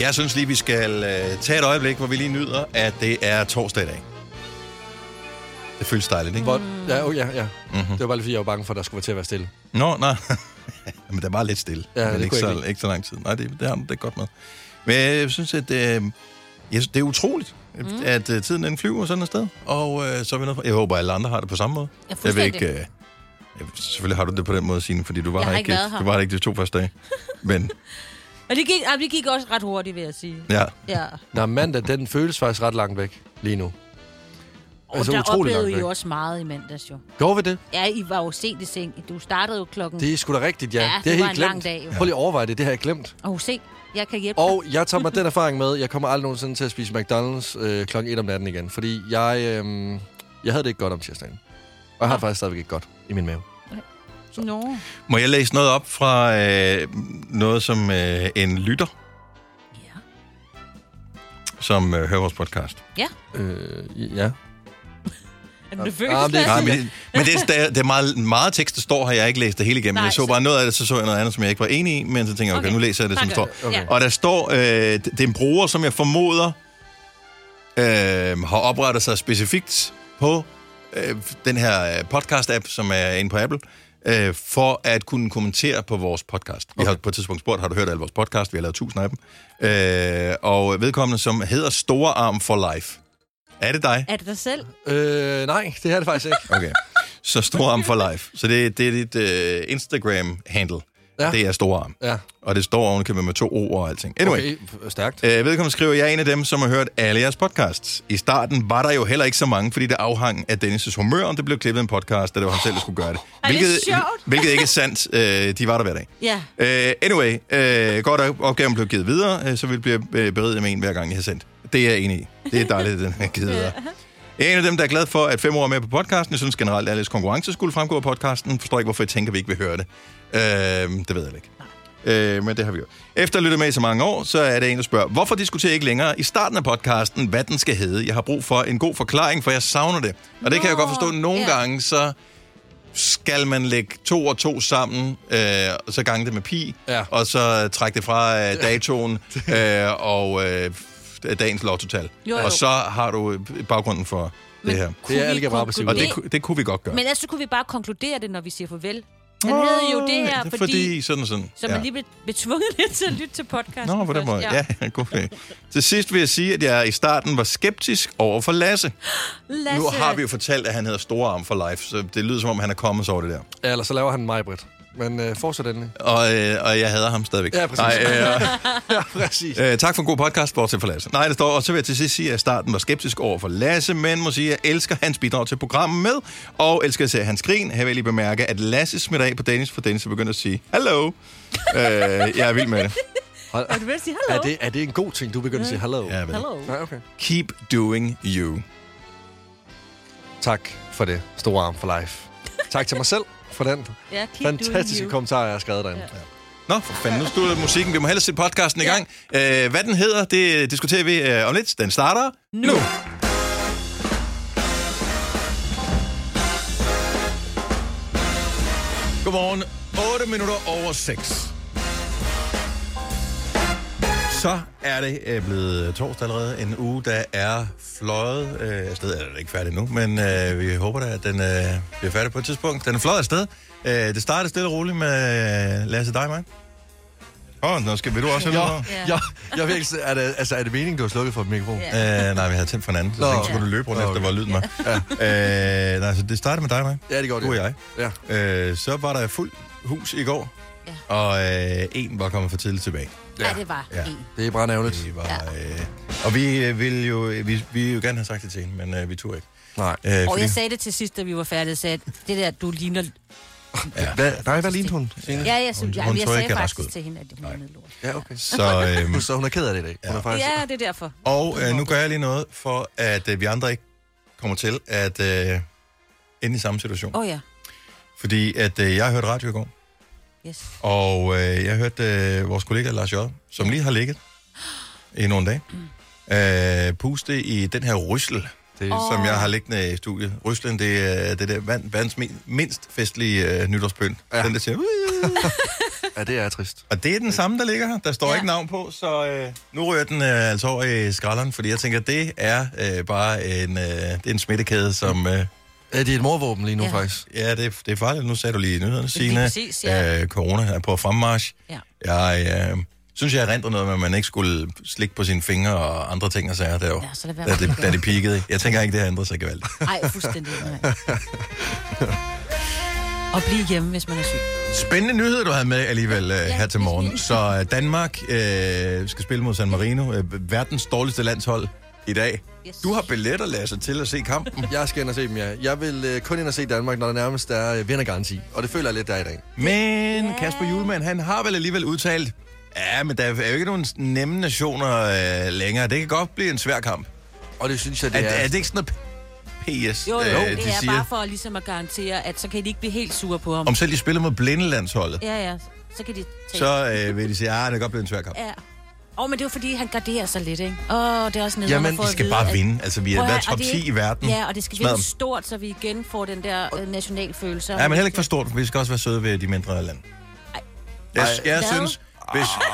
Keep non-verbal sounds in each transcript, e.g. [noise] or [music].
jeg synes lige, vi skal øh, tage et øjeblik, hvor vi lige nyder, at det er torsdag i dag. Det føles dejligt, ikke? Hvor, ja, oh, ja, ja. Mm-hmm. Det var bare lige, fordi jeg var bange for, at der skulle være til at være stille. Nå, nej. [laughs] Men der var lidt stille. Ja, men det ikke, kunne jeg så, ikke ikke så lang tid. Nej, det, det har det er godt med. Men jeg synes, at øh, jeg synes, det er utroligt, mm. at øh, tiden den flyver sådan et sted. Og øh, så er vi noget for, Jeg håber, at alle andre har det på samme måde. Ja, jeg ved fuldstændig. ikke... Øh, jeg- selvfølgelig har du det på den måde, Signe, fordi du var Jeg her har ikke, ikke været her. du var her ikke de to [laughs] første dage. Men Og det gik, ah, det gik også ret hurtigt, vil jeg sige. ja, Ja. Nå, mandag, den føles faktisk ret langt væk lige nu. Altså, Og Altså, der oplevede I jo også meget i mandags, jo. Gjorde vi det? Ja, I var jo sent i seng. Du startede jo klokken... Det er sgu da rigtigt, ja. Ja, det er det var helt en glemt. lang dag, jo. Prøv lige at overveje det, det har jeg [laughs] glemt. Og se, jeg kan hjælpe Og jeg tager mig den erfaring med, jeg kommer aldrig nogensinde til at spise McDonald's øh, klokken 1 om natten igen. Fordi jeg, øh, jeg havde det ikke godt om tirsdagen. Og jeg har det faktisk stadigvæk ikke godt i min mave. dig. [laughs] Nå. må jeg læse noget op fra øh, noget, som øh, en lytter, Ja. som øh, hører vores podcast. Øh, ja. Er du nervøs? Ah, men det er Nej, Lasse? men, det, men det, er- det, er, det er meget, meget tekst, der står her. Jeg har ikke læst det hele igennem. Nej, jeg så så- bare noget af det, så så jeg noget andet, som jeg ikke var enig i, men så tænkte jeg, okay, Okay. nu læser jeg det, som Tak, står. Ja. Og der står, øh, det det er en bruger, som jeg formoder øh, har oprettet sig specifikt på øh, den her øh, podcast-app, som er inde på Apple, øh, for at kunne kommentere på vores podcast. Vi har på et tidspunkt spurgt, har du hørt alle vores podcast? Vi har lavet tusind af dem. Øh, og vedkommende, som hedder Store Arm for Life. Er det dig? [laughs] Er det dig selv? Øh, nej, det er det faktisk ikke. [laughs] Okay. Så Storarm for Life. Så det, det er dit øh, Instagram-handle. Ja. Ja. Det er Storarm. Ja. Og det står ovenkøbet med to O'er og alting. Anyway, okay. Okay, f- stærkt. øh, vedkommende skriver, jeg er en af dem, som har hørt alle jeres podcasts. I starten var der jo heller ikke så mange, fordi det afhang af Dennis' humør, om det blev klippet en podcast, da det var ham selv, der skulle gøre det. er det sjovt? hvilket ikke er sandt. Øh, de var der hver dag. Ja. Øh, anyway, øh, godt at opgaven blev givet videre, øh, så vi bliver øh, beriget med en hver gang, jeg har sendt. Det er jeg enig i. Det er dejligt, at den er givet videre. Jeg er en af dem, der er glad for, at fem år er med på podcasten. Jeg synes generelt, at alles konkurrence skulle fremgå af podcasten. Forstår ikke, hvorfor jeg tænker, at vi ikke vil høre det. Øh, det ved jeg ikke. Øh, men det har vi gjort. Efter at lytte med i så mange år, så er det en, der spørger, hvorfor diskuterer I ikke længere i starten af podcasten, hvad den skal hedde? Jeg har brug for en god forklaring, for jeg savner det. Og det Nå, kan jeg Nå, godt forstå. Nogle ja. yeah. gange, så skal man lægge to og to sammen, øh, og så gange det med pi, Ja. og så trække det fra øh, [laughs] datoen øh, og øh, dagens lottotal. Jo, jo. Og så har du øh, baggrunden for men, det her. Kunne vi algebra på konkludere- Og det, ku- det kunne vi godt gøre. Men ellers så kunne vi bare konkludere det, når vi siger farvel. Han havde jo det her, Åh, fordi... fordi sådan og sådan. Så man lige blev betvunget [laughs] lidt til at lytte til podcasten Nå, på den først. måde. Ja, ja [laughs] god idé. Til sidst vil jeg sige, at jeg i starten var skeptisk over for Lasse. Lasse. Nu har vi jo fortalt, at han hedder Storarm for Life, så det lyder som om, han er kommet sig over det der. Ja, eller så laver han mig, Britt. Men øh, fortsæt endelig. Og, øh, og jeg hader ham stadigvæk. Ja, præcis. Nej, [laughs] øh, Ja, præcis. Øh, tak for en god podcast, bortset fra Lasse. Nej, det står, og så vil jeg til sidst sige, at jeg i starten var skeptisk over for Lasse, men må sige, at jeg elsker hans bidrag til programmet med, og elsker at se hans grin. Her vil jeg lige bemærke, at Lasse smitter af på Dennis, for Dennis er begyndt at sige, hallo. øh, jeg er vild med det. Hold, Er du ved at sige er, hallo? det, er det en god ting, du begynder at sige hallo? Ja, jeg ved det. Hallo. Nej, okay. Keep doing you. Tak for det, store arm for life. Tak til mig selv for den Ja, keep fantastiske doing you. kommentar, jeg har skrevet derinde. Ja. Nå, for fanden, nu stod musikken. Vi må hellere sætte podcasten i gang. Øh, hvad den hedder, det diskuterer vi øh, om lidt. Den starter nu. nu. Godmorgen. 8 minutter over 6. Så er det øh, blevet torsdag allerede. En uge, der er fløjet øh, afsted. Er det ikke færdig nu, men øh, vi håber da, at den øh, bliver færdig på et tidspunkt. Den er fløjet afsted. Øh, det startede stille og roligt med øh, Lasse Deimann. Åh, oh, nu skal vi du også have noget? Ja. Ja, jeg vil ikke, se- er, det, altså, er det meningen, du har slukket for mikrofonen? Ja. Øh, nej, vi havde tændt for en anden, så Nå. jeg tænkte, skulle du løbe rundt Nå, efter, okay. hvor lyden var. Ja. Øh, nej, så det startede med dig, mig. ja det går det. Du og jeg. Ja. Øh, så var der fuld hus i går, Ja. og øh, en var kommet for tidligt tilbage. Ja, det var Ja. Øh, ja. en. Det er brændævligt. Det var, øh, og vi øh, ville jo, vi, vi ville jo gerne have sagt det til hende, men øh, vi tog ikke. Nej. Øh, Og fordi- jeg sagde det til sidst, da vi var færdige, jeg sagde, det der, du ligner... Ja. Hvad, nej, hvad lignede hun? Signe? Ja, jeg, synes, Hun- jeg, hun jeg tror sagde ikke, jeg er rask ud. faktisk til hende, at hun er nedlort. Ja, okay. [laughs] Så, øhm, Så hun er ked af det i dag. Hun er faktisk... Ja, det er derfor. og øh, nu gør jeg lige noget, for at øh, vi andre ikke kommer til at øh, ende i samme situation. Åh oh, ja, Fordi at øh, jeg hørte radio i går, yes. og øh, jeg hørte øh, vores kollega Lars J., som lige har ligget i nogle dage, øh, puste i den her ryssel, Det, Mm. Åh. som jeg har liggende i studiet. Ryslen, det er det der vand, vands mi- mindst festlige øh, nytårspøl. Ja. Ja. Den, der siger... [laughs] Ja, det er trist. Og det er den samme, der ligger her. Der står ja. Ja. ikke navn på, så øh, nu rører den øh, altså over i skralderen, fordi jeg tænker, det er øh, bare en, øh, det er en smittekæde, som... Øh, Ja, det er et morvåben lige nu, ja. Ja. faktisk. ja, det, er- det er farligt. Nu sagde du lige i nyhederne, er lige Signe. præcis, ja. øh, corona er på fremmarsch. Ja. Jeg øh, synes, jeg erindrer noget med, at man ikke skulle slikke på sine fingre og andre ting og sager. Der, jo, Ja, så lad være da, med det, det. da det peakede. Jeg tænker ikke, det har ændret [laughs] sig gevaldigt. Ej, fuldstændig. mand. Og blive hjemme, hvis man er syg. [laughs] Spændende nyhed, du havde med alligevel øh, her til morgen. det Så øh, Danmark øh, skal spille mod San Marino, øh, verdens dårligste landshold i dag. Yes. Du har billetter, Lasse, til at se kampen. Jeg skal ind og se dem, ja. Jeg vil øh, kun ind og se Danmark, når der nærmest er øh, vindergaranti. Og det føler jeg lidt, der er i dag. Men Kasper Julemand, han har vel alligevel udtalt, ja, men der er jo ikke nogen nemme nationer øh, længere. Det kan godt blive en svær kamp. Og det synes jeg, Er, det er... er det ikke sådan noget p- PS, Jo, jo, øh, øh, det de er siger? bare for ligesom at garantere, at så kan de ikke blive helt sure på ham. Om selv de spiller mod blindelandsholdet, Ja, ja, så kan de tage... så øh, vil de sige, ja, det kan godt blive en svær kamp. Ja. Åh, oh, men det er jo fordi, han garderer sig lidt, ikke? Åh, oh, det er også nederen Jamen, at få De at skal vide, bare at- vinde. Altså, vi Prøv har at været høre, top og det- 10 i verden. Ja, og det skal Smadre være dem. stort, så vi igen får den der øh, nationalfølelse. Ja, men heller ikke for stort, for vi skal også være søde ved de mindre lande. Jeg, jeg Hvad? Ah. synes, hvis, i in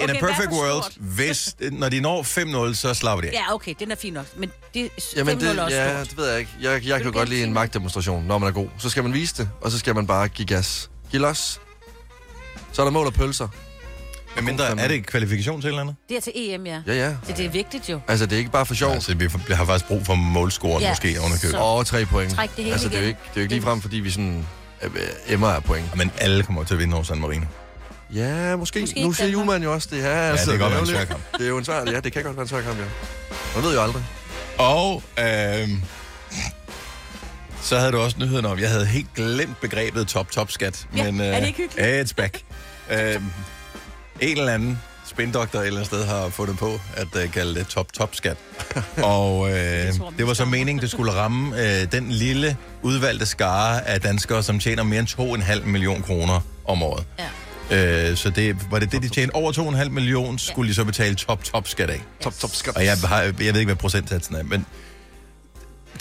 a Okay, hvad perfect for world, stort? hvis, øh, når de når 5-0, så slapper de af. Ja, okay, den er fin nok. Men det Jamen, det, er også ja, stort. det ved jeg ikke. Jeg, jeg kan du jo godt gerne lide en sige magtdemonstration, når man er god. Så skal man vise det, og så skal man bare give gas. Giv los. Så er der mål og pølser. Men mindre, er det ikke kvalifikation til et eller andet? Det er til EM, ja. Ja, ja. Så det er vigtigt jo. Altså, det er ikke bare for sjov. Altså, vi får- har faktisk brug for målscoren Ja, måske oven i købet. så- Over tre point. Træk det hele altså, det er jo igen. ikke, det er jo ikke ligefrem, fordi vi sådan øh, øh, emmer af point. Men alle kommer til at vinde over San Marino. Ja, måske. Måske måske nu ikke siger Danmark. Juman jo også det her. Ja, det kan godt være en jo svær lidt- kamp. Det er jo en svær, ja, det kan godt være en svær kamp, ja. Man ved jo aldrig. Og øhm, så havde du også nyheden om, jeg havde helt glemt begrebet top-top-skat. Ja, men, er det ikke hyggeligt? Yeah, it's back. øhm, en eller anden spindoktor et eller andet sted har fundet på at øh, kalde det top-top-skat. og øh, tror, man det var så skal. meningen, det skulle ramme øh, den lille udvalgte skare af danskere, som tjener mere end 2,5 million kroner om året. Ja. Øh, så det, var det det, de tjente over 2,5 million, skulle de så betale top-top-skat af. Top, top, skat. Og jeg, har, jeg ved ikke, hvad procentsatsen er, men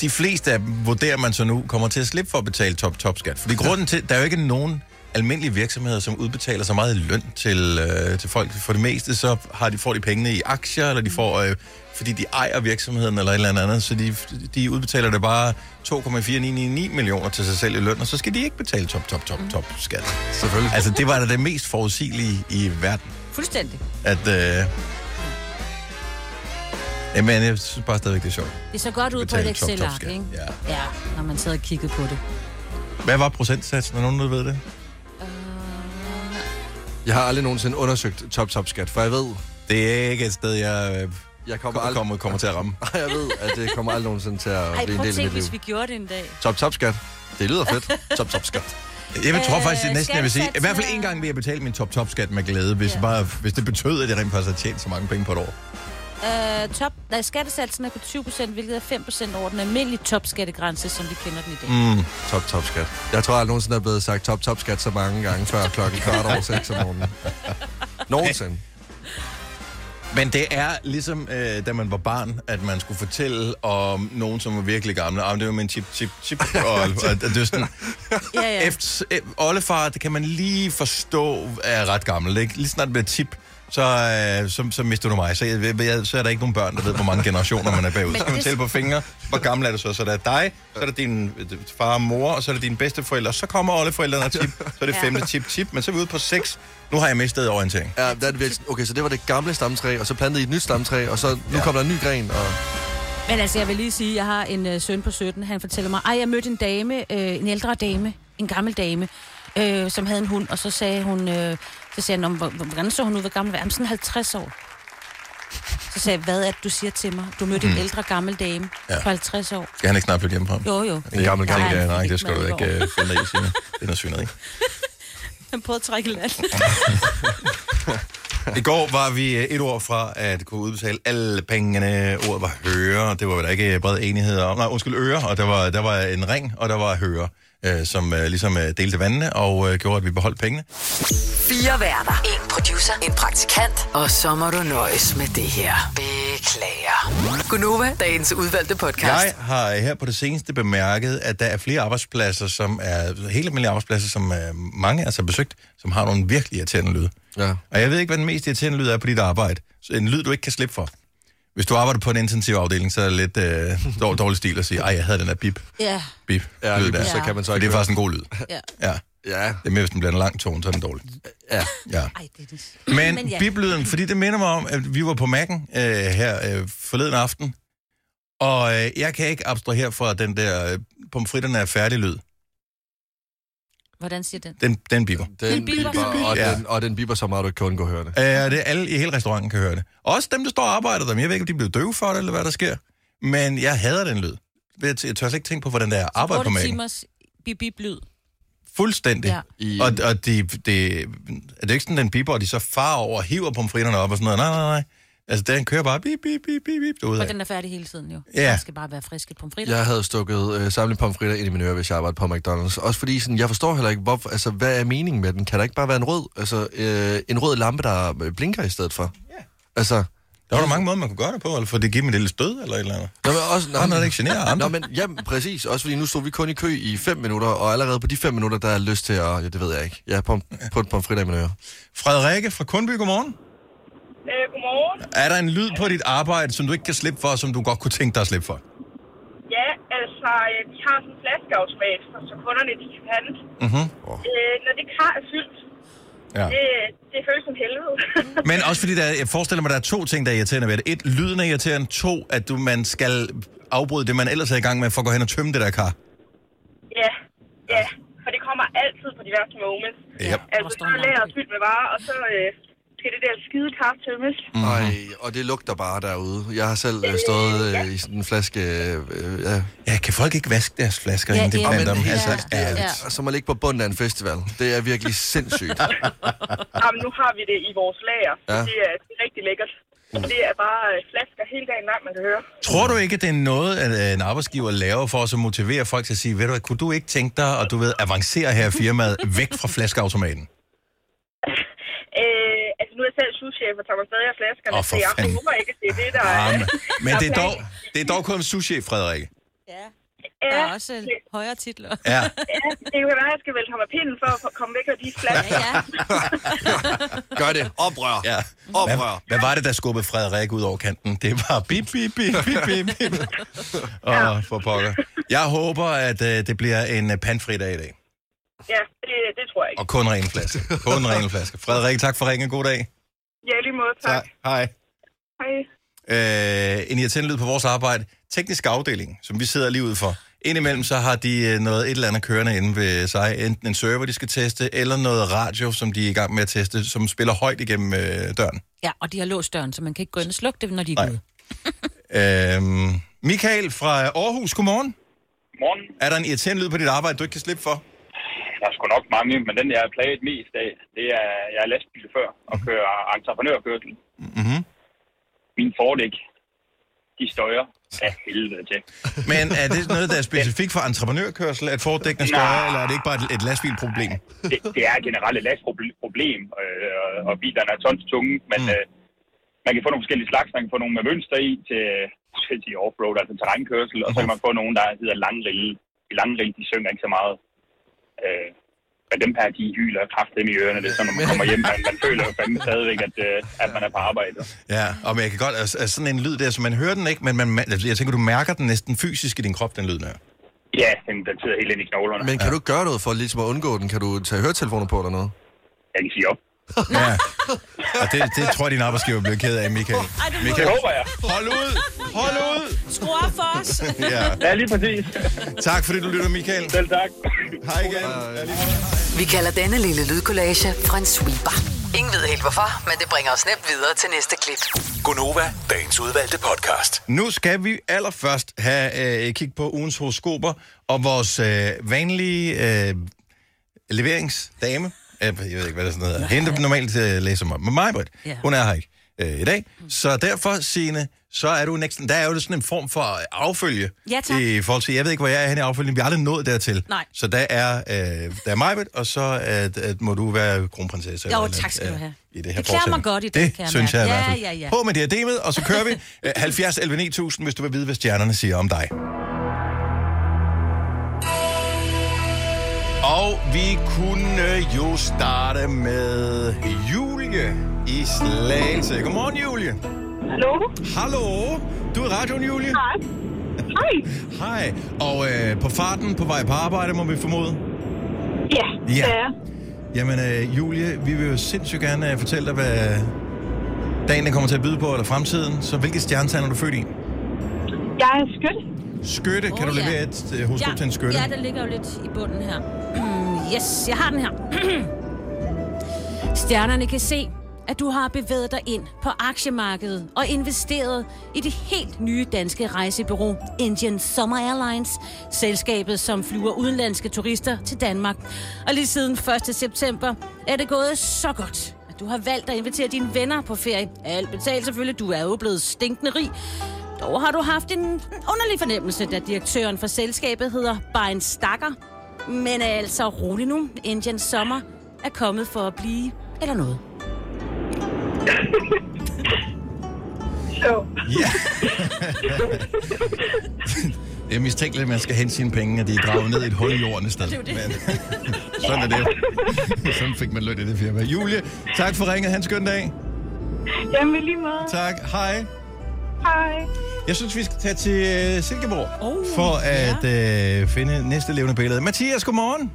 de fleste af dem, vurderer man så nu, kommer til at slippe for at betale top-top-skat. Fordi grunden til, der er jo ikke nogen almindelige virksomheder, som udbetaler så meget i løn til, øh, til folk. For det meste, så har de, får de pengene i aktier, eller de får, øh, fordi de ejer virksomheden, eller et eller andet andet, så de, de udbetaler det bare 2,4999 millioner til sig selv i løn, og så skal de ikke betale top-top-top-top-skat. Selvfølgelig. Altså, det var da det mest forudsigelige i verden Fuldstændig. at... Øh... Jamen, jeg synes bare stadigvæk, det er sjovt. Det så godt ud på Betale et top, top Excel-ark, skat. ikke? Ja. ja. når man sad og kiggede på det. Hvad var procentsatsen? Er nogen, der ved det? Jeg har aldrig nogensinde undersøgt top, top, skat, for jeg ved, Det er ikke et sted, jeg øh, jeg kommer kommer, aldrig... kommer, kommer til at ramme. Ej, [laughs] jeg ved, at det kommer aldrig nogensinde til at Ej, blive en prøv at del af tænke, mit liv. hvis vi gjorde det en dag. Top, top, skat. Det lyder [laughs] fedt. Top, top, skat. Jeg vil, tror Øh, faktisk, det er næsten, jeg vil sige. I hvert fald skattesatsen en er- gang vil jeg betale min top-top-skat med glæde, hvis, Ja. bare, hvis det betød, at jeg rent faktisk har tjent så mange penge på et år. Øh, top, nej, skattesatsen er på 20%, hvilket er 5% over den almindelige topskattegrænse, som vi kender den i dag. Mm. Top, top, skat. Jeg tror aldrig nogensinde er blevet sagt top, top, skat så mange gange før klokken [laughs] kvart over seks om morgenen. Nogensinde. Men det er ligesom, øh, da man var barn, at man skulle fortælle om nogen, som var virkelig gamle. Ah, men det var min chip, chip, chip. Og, og, og, det er sådan, Ja, ja. Efter, øh, oldefar, det kan man lige forstå, er ret gammel. Ikke? Lige snart det bliver tip, så, øh, så, så mister du mig. Så, jeg, jeg, så er der ikke nogen børn, der ved, hvor mange generationer man er bagud. Men Så kan man det- tælle på fingre. Hvor gammel er du så? Så der er dig, så er der din øh, far og mor, og så er der dine bedsteforældre. Så kommer oldeforældrene og tip. Så er det Ja. femte tip, tip. Men så er vi ude på seks. Nu har jeg mistet orientering. Ja, der er det virkelig, okay, så det var det gamle stamtræ, og så plantede I et nyt stamtræ, og så nu ja. kom der en ny gren, og Men altså, jeg vil lige sige, at jeg har en øh, søn på 17. Han fortæller mig, at jeg mødte en dame, øh, en ældre dame, en gammel dame, øh, som havde en hund, og så sagde hun, øh, så sagde han, "Nå, men hvordan så hun ud, hvor gammel var hun?" "Jamen, sådan 50 år. Så sagde jeg, hvad er det, du siger til mig? Du mødte en ældre gammel dame Mm. Ja. ja. på 50 år. Skal han ikke snart flytte hjemmefra? Jo, jo. en gammel Jeg gren. tænker, Ja, nej, fik det skal man du i ikke går. øh, finde dig i, Signe. Det er noget svineri. Han prøvede at trække i land. I går var vi øh, et år fra at kunne udbetale alle pengene. Ordet var høre, og det var der ikke øh, bred enighed om. Nej, undskyld, øre, og der var, der var en ring, og der var høre, øh, som øh, ligesom øh, delte vandene og øh, gjorde, at vi beholdt pengene. Fire værter. En producer. En praktikant. Og så må du nøjes med det her. Beklager. beklager. Gunova, dagens udvalgte podcast. Jeg har her på det seneste bemærket, at der er flere arbejdspladser, som er helt almindelige arbejdspladser, som øh, mange altså har besøgt, som har nogle virkelig irriterende lyde. Ja. Og jeg ved ikke, hvad den mest irriterende lyd er på dit arbejde. Så en lyd, du ikke kan slippe for. Hvis du arbejder på en intensivafdeling, så er det lidt øh, dår- dårlig stil at sige, ej, jeg havde den der [laughs] bip, Ja, bip Ja, lyd lige der. pludselig, så kan man så Og ikke det er faktisk en god lyd. ja. Ja. Ja, Det er mere, hvis den bliver en lang tone, så er den dårlig. ja. Ja. Ej, det er det. Men, Men Men ja. biblyden, fordi det minder mig om, at vi var på Mac'en øh, her øh, forleden aften, og øh, jeg kan ikke abstrahere fra den der øh, pomfritterne er færdig lyd. Hvordan siger den? Den, den biber. Den biber. biber, og, Ja. den, og den biber så meget, du ikke kan undgå hørende. Øh, det er alle i hele restauranten kan høre det. Også dem, der står og arbejder der. Jeg ved ikke, om de bliver døve for det, eller hvad der sker. Men jeg hader den lyd. Jeg t- jeg tør slet ikke tænke på, hvordan det er at arbejde på 8 Mac'en. timers bip-bip-lyd. Fuldstændig. Ja. I, Og, og de, de, er det ikke sådan, den biber, og de så far over og hiver pomfritterne op og sådan noget? Nej, nej, nej. Altså, den kører bare bip, bip, bip, bip, bip Og derude. den er færdig hele tiden jo. Ja. Den skal bare være friske pomfritter. Ja. Jeg havde stukket øh, samlet pomfritter ind i min øre, hvis jeg arbejdede på McDonald's. Også fordi sådan, jeg forstår heller ikke, hvorfor, altså, hvad er meningen med den? Kan der ikke bare være en rød, altså, øh, en rød lampe, der øh, blinker i stedet for? Ja. Altså, Der var der mange måder, man kunne gøre det på, eller for det giver dem et lille stød, eller et eller andet. Nå, men også, nå, Bare noget, der ikke [laughs] generer andre. Nå, men, jamen, præcis. Også fordi nu stod vi kun i kø i 5 minutter, og allerede på de 5 minutter, der er lyst til at... Ja, det ved jeg ikke. Jeg er på, på en pomfritter i mine ører. Frederikke fra Kundby, godmorgen. Øh, godmorgen. Er der en lyd på dit arbejde, som du ikke kan slippe for, og som du godt kunne tænke dig at slippe for? Ja, altså, øh, vi har sådan en flaskeautomat, så så kunderne de kan pande. Mhm. Øh, når det kar er fyldt, Ja. det, det føles som helvede. [laughs] Men også fordi, der, jeg forestiller mig, der er to ting, der er irriterende ved det. Et, lyden er irriterende. To, at du, man skal afbryde det, man ellers er i gang med, for at gå hen og tømme det der kar. ja, ja, for det kommer altid på diverse moments. Yep. Altså, så er lageret fyldt med varer, og så øh, skal det der skide kar [laughs] tømmes. Mm-hmm. Nej, og det lugter bare derude. Jeg har selv øh, stået øh, i sådan en flaske... Øh, ja. Ja, kan folk ikke vaske deres flasker, ja, Ja, inden de det er- blander Jamen, dem? Altså, helt seriøst, det er- ærligt. Ja. Som at ligge på bunden af en festival. Det er virkelig [laughs] sindssygt. Jamen, nu har vi det i vores lager, så Ja. det, er, det er rigtig lækkert. Mm. Det er bare øh, flasker hele dagen lang, man kan høre. Tror du ikke, det er noget, at øh, en arbejdsgiver laver for os at motivere folk til at sige, ved du hvad, kunne du ikke tænke dig, og du ved, avancere her i firmaet væk fra flaskeautomaten? Øh, altså, nu er jeg selv souschef og tager mig stadig af flaskerne, Åh, for så jeg fanden. håber ikke, at det er det, der er... Ah, men- men det [laughs] er dog, det er dog kun souschef, Frederik. ja. Der Ja, er også øh, højere titler. [laughs] Ja. ja, det kan være, at jeg skal vælte ham af pinden for at komme væk af de flasker. Ja, ja. Gør det. Oprør. ja. Hvad, Oprør. hvad var det, der skubbede Frederik ud over kanten? Det var bip, bip, bip, bip, bip, bip. Åh, for pokker. Jeg håber, at øh, det bliver en øh, pandfri dag i dag. Ja, det, det tror jeg ikke. Og kun ren flaske. Kun ren flaske. Frederik, tak for ringen. God dag. Ja, i lige måde. Tak. Hej. Hej. øh, en irriterende lyd på vores arbejde. Teknisk afdeling, som vi sidder lige ud for. Indimellem så har de øh, noget et eller andet kørende inde ved sig. Enten en server, de skal teste, eller noget radio, som de er i gang med at teste, som spiller højt igennem øh, døren. ja, og de har låst døren, så man kan ikke gå ind og slukke det, når de er Nej. ude. Øh, Michael fra Aarhus, godmorgen. Morgen. Er der en irriterende lyd på dit arbejde, du ikke kan slippe for? Der er sgu nok mange, men den, jeg er plaget mest af, det er, jeg er lastbilchauffør og kører entreprenørkørsel. Mhm. Min fordæk, de støjer af helvede til. Men er det noget, der er specifikt for entreprenørkørsel, at fordækkene skal Nej. være, eller er det ikke bare et, et lastbilproblem? Det, det er generelt et lastproblem, øh, og- og bilerne er tons tunge, men mm. øh, man kan få nogle forskellige slags. Man kan få nogle med mønster i til, til, til offroad, altså terrænkørsel, og så kan man få nogle, der hedder langrille. De langrille, de synger ikke så meget. Øh, men dem her, de hyler kraftigt i ørerne, det er sådan, når man kommer hjem, man, man føler jo fandme stadigvæk, at, øh, at man er på arbejde. Ja, og men jeg kan godt, altså altså sådan en lyd der, så man hører den ikke, men man, man- jeg tænker, du mærker den næsten fysisk i din krop, den lyd der. Ja, den, den sidder helt ind i knoglerne. Men... Men kan du ikke gøre noget for ligesom at undgå den? Kan du tage høretelefoner på eller noget? Jeg kan sige op. Ja. Og det, det tror jeg, din arbejdsgiver bliver ked af, Michael. det må Michael, Det håber jeg. hold ud! Hold ud! Skru op for os! Ja. Ja, lige præcis. Tak fordi du lytter, Michael. Selv tak. Hej igen. Ja, lige måde. Vi kalder denne lille lydkollage en sweeper. Ingen ved helt hvorfor, men det bringer os nemt videre til næste klip. Gunova, dagens udvalgte podcast. Nu skal vi allerførst have øh, et kig på ugens horoskoper, og vores øh, vanlige øh, leveringsdame, øh, jeg ved ikke, hvad det sådan hedder, hende der normalt øh, læser mig, men Majbrit, Ja. Mm. hun er her ikke. øh, i dag. Så derfor, Signe, så er du næsten... Der er jo sådan en form for affølge. Ja, tak. I forhold til, jeg ved ikke, hvor jeg er henne i affølgen. Vi har aldrig nået dertil. Nej. Så der er, øh, der er Majbet, og så at, at må du være kronprinsesse. Jo, eller tak skal øh, du have. I det her Det klæder mig foretagende. godt i dag, det, kan jeg synes jeg i mærke. hvert Ja, fald. ja, ja. På med diademet, og så kører vi [laughs] Øh, 70 11 9000, hvis du vil vide, hvad stjernerne siger om dig. Og vi kunne jo starte med Julie i Slagelse. Godmorgen, Julie. Hallo? Hallo. Du er i radioen, Julie. Hej. Hej. Hej. Og øh, på farten, på vej på arbejde, må vi formode. Ja, Ja. det er jeg. Jamen, øh, Julie, vi vil jo sindssygt gerne øh, fortælle dig, hvad dagen den kommer til at byde på, eller fremtiden. Så hvilket stjernetegn er du født i? Jeg er skytte. Skytte. Oh, kan Åh, du ja. levere et øh, horoskop til en skytte? Ja, der ligger jo lidt i bunden her. [clears throat] yes, jeg har den her. [clears throat] Stjernerne kan se, at du har bevæget dig ind på aktiemarkedet og investeret i det helt nye danske rejsebureau Indian Summer Airlines, selskabet, som flyver udenlandske turister til Danmark. Og lige siden 1. september er det gået så godt, at du har valgt at invitere dine venner på ferie. Alt betalt selvfølgelig, du er jo blevet stinkende rig. Dog har du haft en underlig fornemmelse, da direktøren for selskabet hedder Bein Stakker. Men altså, rolig nu. Indian Sommer er kommet for at blive eller noget. Så. Ja. det er mistænkeligt, at man skal hente sine penge, at de er gravet ned i et hul i jorden i stedet. Det er jo det. Men, øh, sådan er det. [laughs] Sådan fik man løn i det firma. Julie, tak for ringet. Hans skøn dag. Jamen, i lige måde. Tak. Hej. Hej. Jeg synes, vi skal tage til øh, Silkeborg Oh, for at øh, finde næste levende billede. Mathias, godmorgen.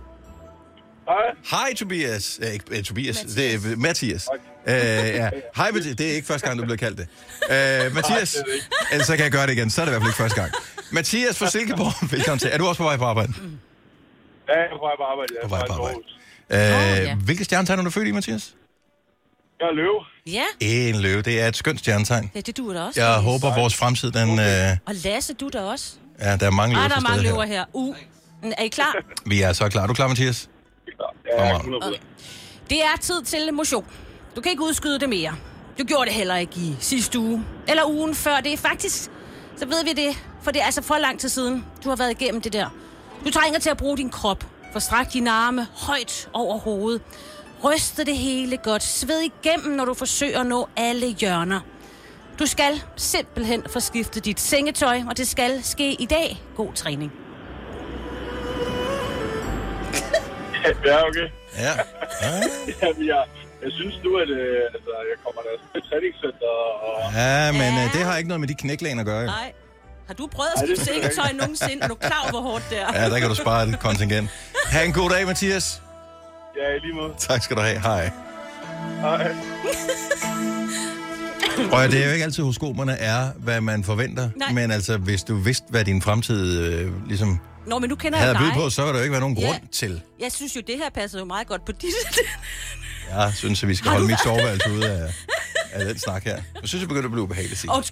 Hej. Hej, Tobias. Æ, ikke, æ, Tobias. Mathias. Det er øh, Mathias. Æ, ja. Hej, Mathias. Det er ikke første gang, du bliver kaldt det. Æ, Mathias, Nej, det er det ikke. ellers så kan jeg gøre det igen. Så er det i hvert fald ikke første gang. Mathias fra Silkeborg, [laughs] velkommen til. Er du også på vej på arbejde? Mm. Ja, jeg er på vej på arbejde. Jeg På er vej fra på arbejde. Aarhus. Æ, ja. Hvilke Øh, stjernetegn er du født i, Mathias? Jeg er løve. Ja, En løve. Det er et skønt stjernetegn. det, det du da også. Jeg håber, vores fremtid, den... Øh, Og Lasse, du da også. ja, der er mange løver Ej, der til er mange stede løver her. Uh. Er I klar? her. Vi er så klar. Er du klar, Mathias? Jeg er Fremragende. 100 Okay. Det er tid til motion. Du kan ikke udskyde det mere. Du gjorde det heller ikke i sidste uge. Eller ugen før. Det er faktisk... Så ved vi det, for det er altså for lang tid siden, du har været igennem det der. Du trænger til at bruge din krop. Forstræk dine arme højt over hovedet. Ryste det hele godt. Sved igennem, når du forsøger at nå alle hjørner. Du skal simpelthen få skiftet dit sengetøj, og det skal ske i dag. God træning. [laughs] Ja, okay. Ja. Jamen, jeg, jeg synes nu, at øh, altså, jeg kommer der til træningscenter, og Ja, men Ja. øh, det har ikke noget med de knæklæn at gøre. jo. Nej. Har du prøvet at Ej, det skifte ved jeg ikke. sengetøj nogensinde? Er du klar over, hvor hårdt det er? Ja, der kan du spare et kontingent. Ha' en god dag, Mathias. jeg er i lige måde. Tak skal du have. Hej. Hej. Og det er jo ikke altid, horoskoperne er, hvad man forventer. Nej. Men altså, hvis du vidste, hvad din fremtid øh, ligesom Nå, men nu kender havde jeg at dig. byde på, så var der jo ikke være nogen Ja. grund til. Jeg synes jo, det her passer jo meget godt på dit. Jeg synes, at vi skal Har du holde mit soveværelse ude [laughs] af, af den snak her. Jeg synes, det begynder at blive ubehageligt. Signe. Og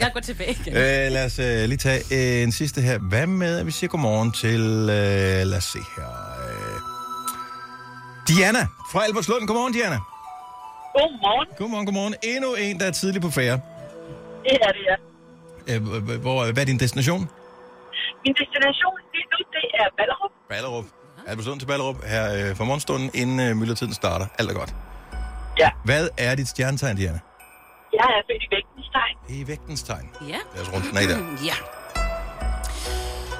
jeg går tilbage igen. Øh, lad os øh, lige tage øh, en sidste her. Hvad med, at vi siger godmorgen til... Øh, lad os se her. Øh, Diana fra Albertslund. Godmorgen, Diana. Godmorgen. Godmorgen, godmorgen. Endnu en, der er tidlig på færre. Det er det, ja. Øh, h- hvor, hvad er din destination? Min destination lige nu, det er Ballerup. Ballerup. Albertslund til Ballerup her øh, for morgenstunden, inden øh, myldretiden starter. Alt er godt. Ja. Hvad er dit stjernetegn, Diana? Jeg er født i Vægtenstein. Det er vægtens tegn. Ja. Lad os runde den af der. [clears throat] Ja.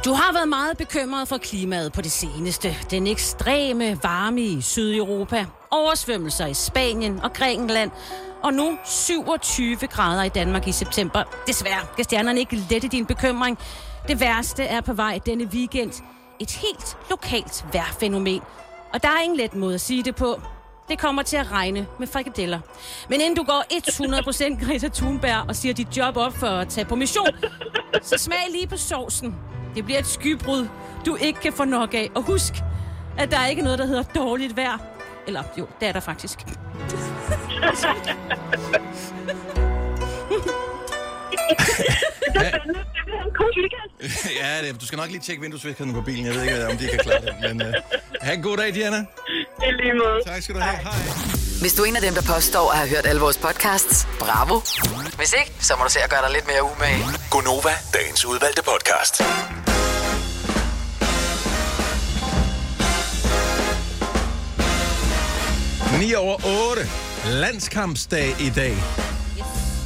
Du har været meget bekymret for klimaet på det seneste. Den ekstreme varme i Sydeuropa, oversvømmelser i Spanien og Grækenland, og nu 27 grader i Danmark i september. Desværre kan stjernerne ikke lette din bekymring. Det værste er på vej denne weekend. Et helt lokalt vejrfænomen. Og der er ingen let måde at sige det på. Det kommer til at regne med frikadeller. Men inden du går 100% [laughs] Greta Thunberg og siger dit job op for at tage på mission, så smag lige på sovsen. Det bliver et skybrud, du ikke kan få nok af. Og husk, at der er ikke noget, der hedder dårligt vejr. Eller jo, det er der faktisk. Det er spændende. Det bliver en cool weekend. [laughs] ja, det, du skal nok lige tjekke vinduesviskerne på bilen. Jeg ved ikke, om de kan klare det. Men øh, ha' en god dag, Diana. Det er lige måde. Tak skal du have. Hej. Hvis du er en af dem, der påstår at have hørt alle vores podcasts, bravo. Hvis ikke, så må du se at gøre dig lidt mere umage. Gonova, dagens udvalgte podcast. det. 9 over 8. Landskampsdag i dag.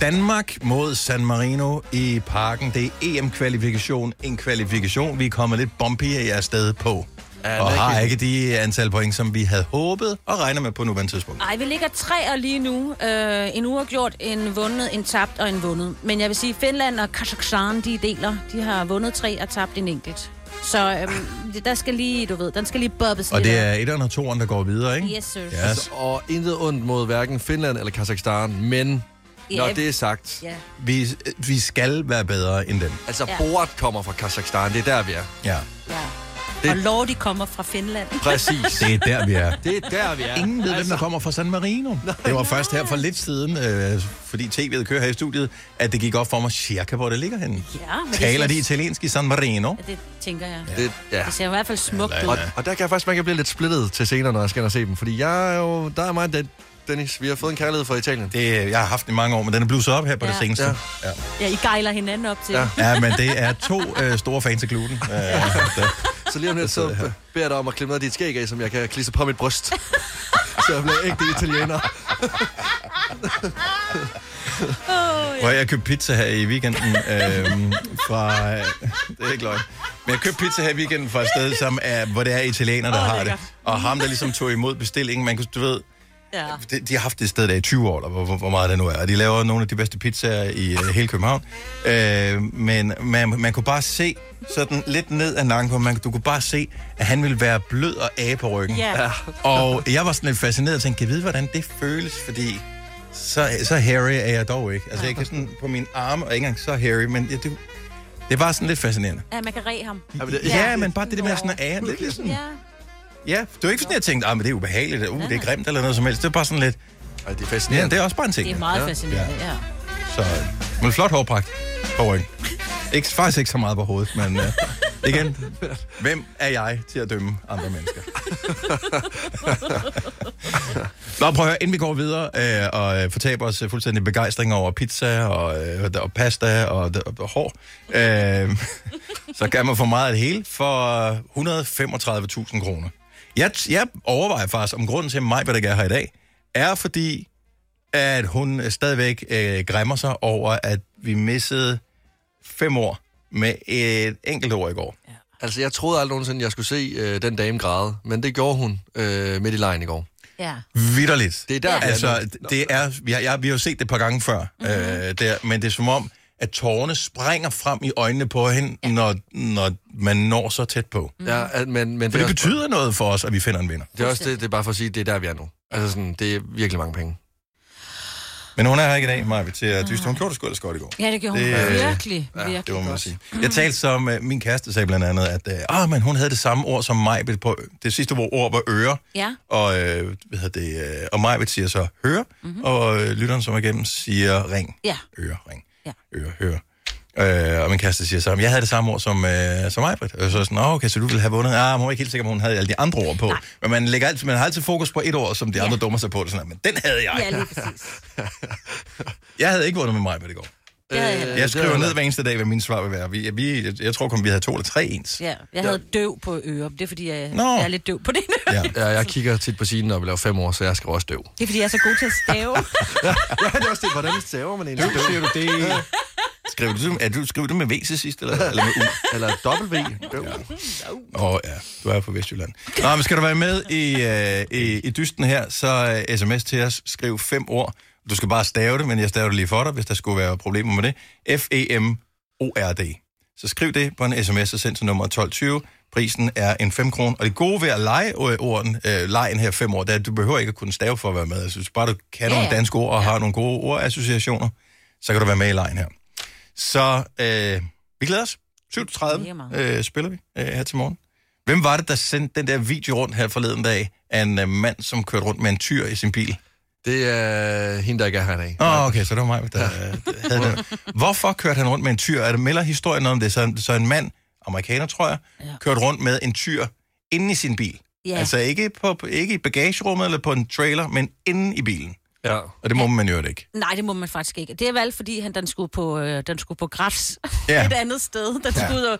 Danmark mod San Marino i parken. Det er EM-kvalifikation. En kvalifikation, vi er kommet lidt bumpy af afsted på. Ja, og det er har ikke rigtigt. de antal point, som vi havde håbet og regner med på nuværende tidspunkt. Ej, vi ligger treer lige nu. Øh, en uafgjort, en vundet, en tabt og en vundet. Men jeg vil sige, Finland og Kazakhstan, de deler. De har vundet tre og tabt en enkelt. Så øhm, det- der skal lige, du ved, den skal lige bobbes Og lidt det op. er etteren og toeren, der går videre, ikke? Yes, sir. Yes. Altså, Og intet ondt mod hverken Finland eller Kazakhstan, men Ja. når det er sagt, Ja. Vi, vi skal være bedre end dem. altså Ja. Borat kommer fra Kazakhstan, det er der, vi er. Ja, ja. Det- Og lov, de kommer fra Finland. Præcis. det er der, vi er. Det er der, vi er. Altså. Ingen ved, hvem der kommer fra San Marino. Det var først her for lidt siden, øh, fordi tv'et kører her i studiet, at det gik op for mig cirka, hvor det ligger henne. Ja, men det Taler ser- de italiensk i San Marino? Ja, det tænker jeg. Det, ja. Det ser i hvert fald smukt Eller- ud. Og, og der kan jeg faktisk mærke, at jeg bliver lidt splittet til senere, når jeg skal ind og se dem. Fordi jeg er jo, der er mig, Den- Dennis, vi har fået en kærlighed for Italien. Det, jeg har haft den i mange år, men den er blusset op her på ja. det Ja. seneste. Ja. Ja. Ja. Ja, I gejler hinanden op til. Ja. ja, men det er to øh, store fans af gluten. Øh, der- Så lige om lidt, Altså, så beder jeg dig om at klippe noget af dit skæg af, som jeg kan klisse på mit bryst. så jeg bliver ægte italiener. Prøv at jeg købte pizza her i weekenden øh, fra... Øh, det er ikke løgn. Men jeg købte pizza her i weekenden fra et sted, som er, hvor det er italienere, der Åh, har det. lækkert. Og ham, der ligesom tog imod bestillingen, man kunne, du ved, Ja. de, de har haft det sted der i 20 år, eller hvor, hvor- hvor meget det nu er. Og de laver nogle af de bedste pizzaer i øh, hele København. Øh, men man, man kunne bare se sådan lidt ned ad nakken på ham. man, Du kunne bare se, at han ville være blød og af på ryggen. Ja. Og jeg var sådan lidt fascineret og tænkte, kan jeg vide, hvordan det føles, fordi så, så hairy er jeg dog ikke. Altså, jeg kan sådan på min arm, og ikke engang så hairy, men det, det, det var sådan lidt fascinerende. ja, man kan re ham. Ja, men det, Ja, men bare det der med at sådan ære, lidt ligesom, Ja. ja, det var ikke sådan, jeg tænkte, ah, men det er ubehageligt, eller, uh, det er grimt, eller noget som helst. Det var bare sådan lidt, Ej, det er ja, fascinerende. det er også bare en ting. Det jo. er meget fascinerende, ja. Så, men flot hårpragt på ryggen. Ikke, faktisk ikke så meget på hovedet, men uh, igen, hvem er jeg til at dømme andre mennesker? Nå, prøv at høre, inden vi går videre øh, og øh, fortaber os øh, fuldstændig begejstring over pizza og, øh, og pasta og, og, og hår, øh, [laughs] så kan man få meget af det hele for 135.000 kroner. Jeg, jeg overvejer faktisk, om grunden til mig, hvad der er her i dag, er fordi, at hun stadigvæk øh, græmmer sig over, at vi missede fem år med et enkelt år i går. Altså, jeg troede aldrig nogensinde, jeg skulle se øh, den dame græde. Men det gjorde hun øh, midt i lejen i går. ja. Vitterligt. Det er der, ja. vi er Altså, nu. det er, vi har, jeg, vi har jo set det et par gange før, Mhm. mm-hmm. øh, der, men det er som om, at tårerne springer frem i øjnene på hende, ja. når, når man når så tæt på. Mm. Ja, al- men, men For det er også- betyder noget for os, at vi finder en vinder. Det er også det, det er bare for at sige, det er der, vi er nu. Altså sådan, det er virkelig mange penge. Men hun er her ikke i dag, Maja, til at dyste. Hun gjorde det sgu ellers godt i går. Ja, det gjorde hun Det, øh, virkelig, virkelig det må man godt. sige. Jeg talte som, øh, min kæreste sagde blandt andet, at øh, "Åh, men hun havde det samme ord som mig. På, det sidste ord var øre, Ja. og, øh, hvad hedder det, øh, og Majbet siger så høre, mm-hmm. og øh, lytteren som er igennem siger ring. Ja. Øre, ring. Ja. Øre, høre. Øh, og min kæreste siger så, "Jamen, jeg havde det samme ord som, øh, som Majbet. Og så er jeg sådan, "Nå, okay, så du ville have vundet. Ah, men hun var ikke helt sikker, om hun havde alle de andre ord på. Nej. Men man, lægger altid, man har altid fokus på et ord, som de ja. andre dummer sig på. Sådan, men den havde jeg. Ja, Ja. lige præcis. Jeg havde ikke vundet med Majbet i går. Det havde jeg heller Jeg Øh, det er skriver jo- ned hver eneste dag, hvad mine svar vil være. Vi, vi, jeg, jeg tror kun, vi havde to eller tre ens. Ja, jeg havde døv på ører. Det er, fordi jeg, Nå. jeg er lidt døv på det. Ja. Ja, jeg kigger tit på siden, når vi laver fem år, så jeg skal også døv. Det er, fordi jeg er så god til at stave. [laughs] ja, det er også det. Hvordan staver man egentlig Nu siger du det. Skriver du, er du, skriver du med V til sidst, eller, eller med U? Eller W. Døv. Åh oh, ja, du er fra Vestjylland. Nå, men skal du være med i, øh, i, i dysten her, så øh, sms til os, skriv fem ord. Du skal bare stave det, men jeg staver det lige for dig, hvis der skulle være problemer med det. E F-E-M-O-R-D. Så skriv det på en sms og send til nummer 1220. Prisen er en 5 kroner. Og det gode ved at lege øh, orden, øh, lejen her fem år, det er, at du behøver ikke at kunne stave for at være med. Jeg synes bare, du kan nogle ja. danske ord og har nogle gode ordassociationer, så kan du være med i lejen her. Så øh, vi glæder os. Mega 7.30 meget. øh, spiller vi øh, her til morgen. Hvem var det, der sendte den der video rundt her forleden dag af en øh, mand, som kørte rundt med en tyr i sin bil? Det er hende, der ikke er her i dag. Åh, oh, okay, så det var mig, der øh, havde den. Hvorfor kørte han rundt med en tyr? Er det melder historien noget om det? Så, så en mand, amerikaner tror jeg, kørte rundt med en tyr inde i sin bil. Ja. Ja. Altså ikke, på, ikke i bagagerummet eller på en trailer, men inde i bilen. Ja. Og det må man jo ikke. Nej, det må man faktisk ikke. Det er valgt, fordi han, den, skulle på, øh, den skulle på græs [laughs] Ja. ja. et andet sted. Den ja. skulle, ud og-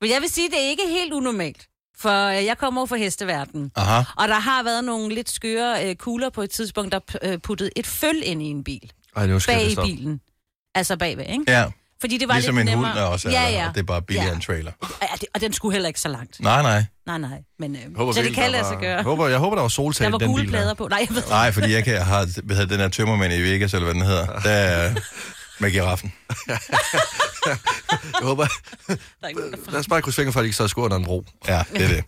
men jeg vil sige, det er ikke helt unormalt, for øh, jeg kommer over fra hesteverdenen. [laughs] Aha. Og der har været nogle lidt skøre øh, kugler på et tidspunkt, der p- øh, puttede et føl ind i en bil. Ej, nu skal Bag jeg i forstå. bilen. Altså bagved, ikke? Ja. Fordi det var Ligesom lidt en nemmere. hund er også er ja, der, ja. og det er bare billigere Ja. ja. end trailer. Ja, det- og den skulle heller ikke så langt. Nej, nej. Nej, nej. Men, øh, Håber så det virkelig, kan der lade sig var- gøre. Håber, jeg håber, der var Der solsal var i den gule bil. plader på. Nej, jeg ved Nej, fordi jeg kan jeg har hvad hedder, den her tømmermand i Vegas, eller hvad den hedder. Der er med giraffen. Jeg håber, der er ikke nogen, der lad os bare krydse fingre for, at de ikke så skår under en bro. Ja, det er det.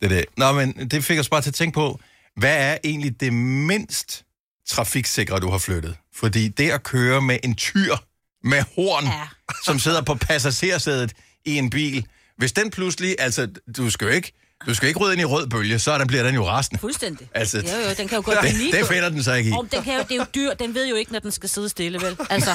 det er det. Nå, men det fik os bare til at tænke på, hvad er egentlig det mindst trafiksikre, du har flyttet? Fordi det at køre med en tyr med horn, Ja. ja. som sidder på passagersædet i en bil, hvis den pludselig, altså, du skal jo ikke, du skal ikke rydde ind i rød bølge, så er den, bliver den jo rasende. Fuldstændig. Altså, jo, jo, den kan jo godt [laughs] det, blive det finder den så ikke i. Om den kan jo, det er jo dyr. Den ved jo ikke, når den skal sidde stille, vel? Altså,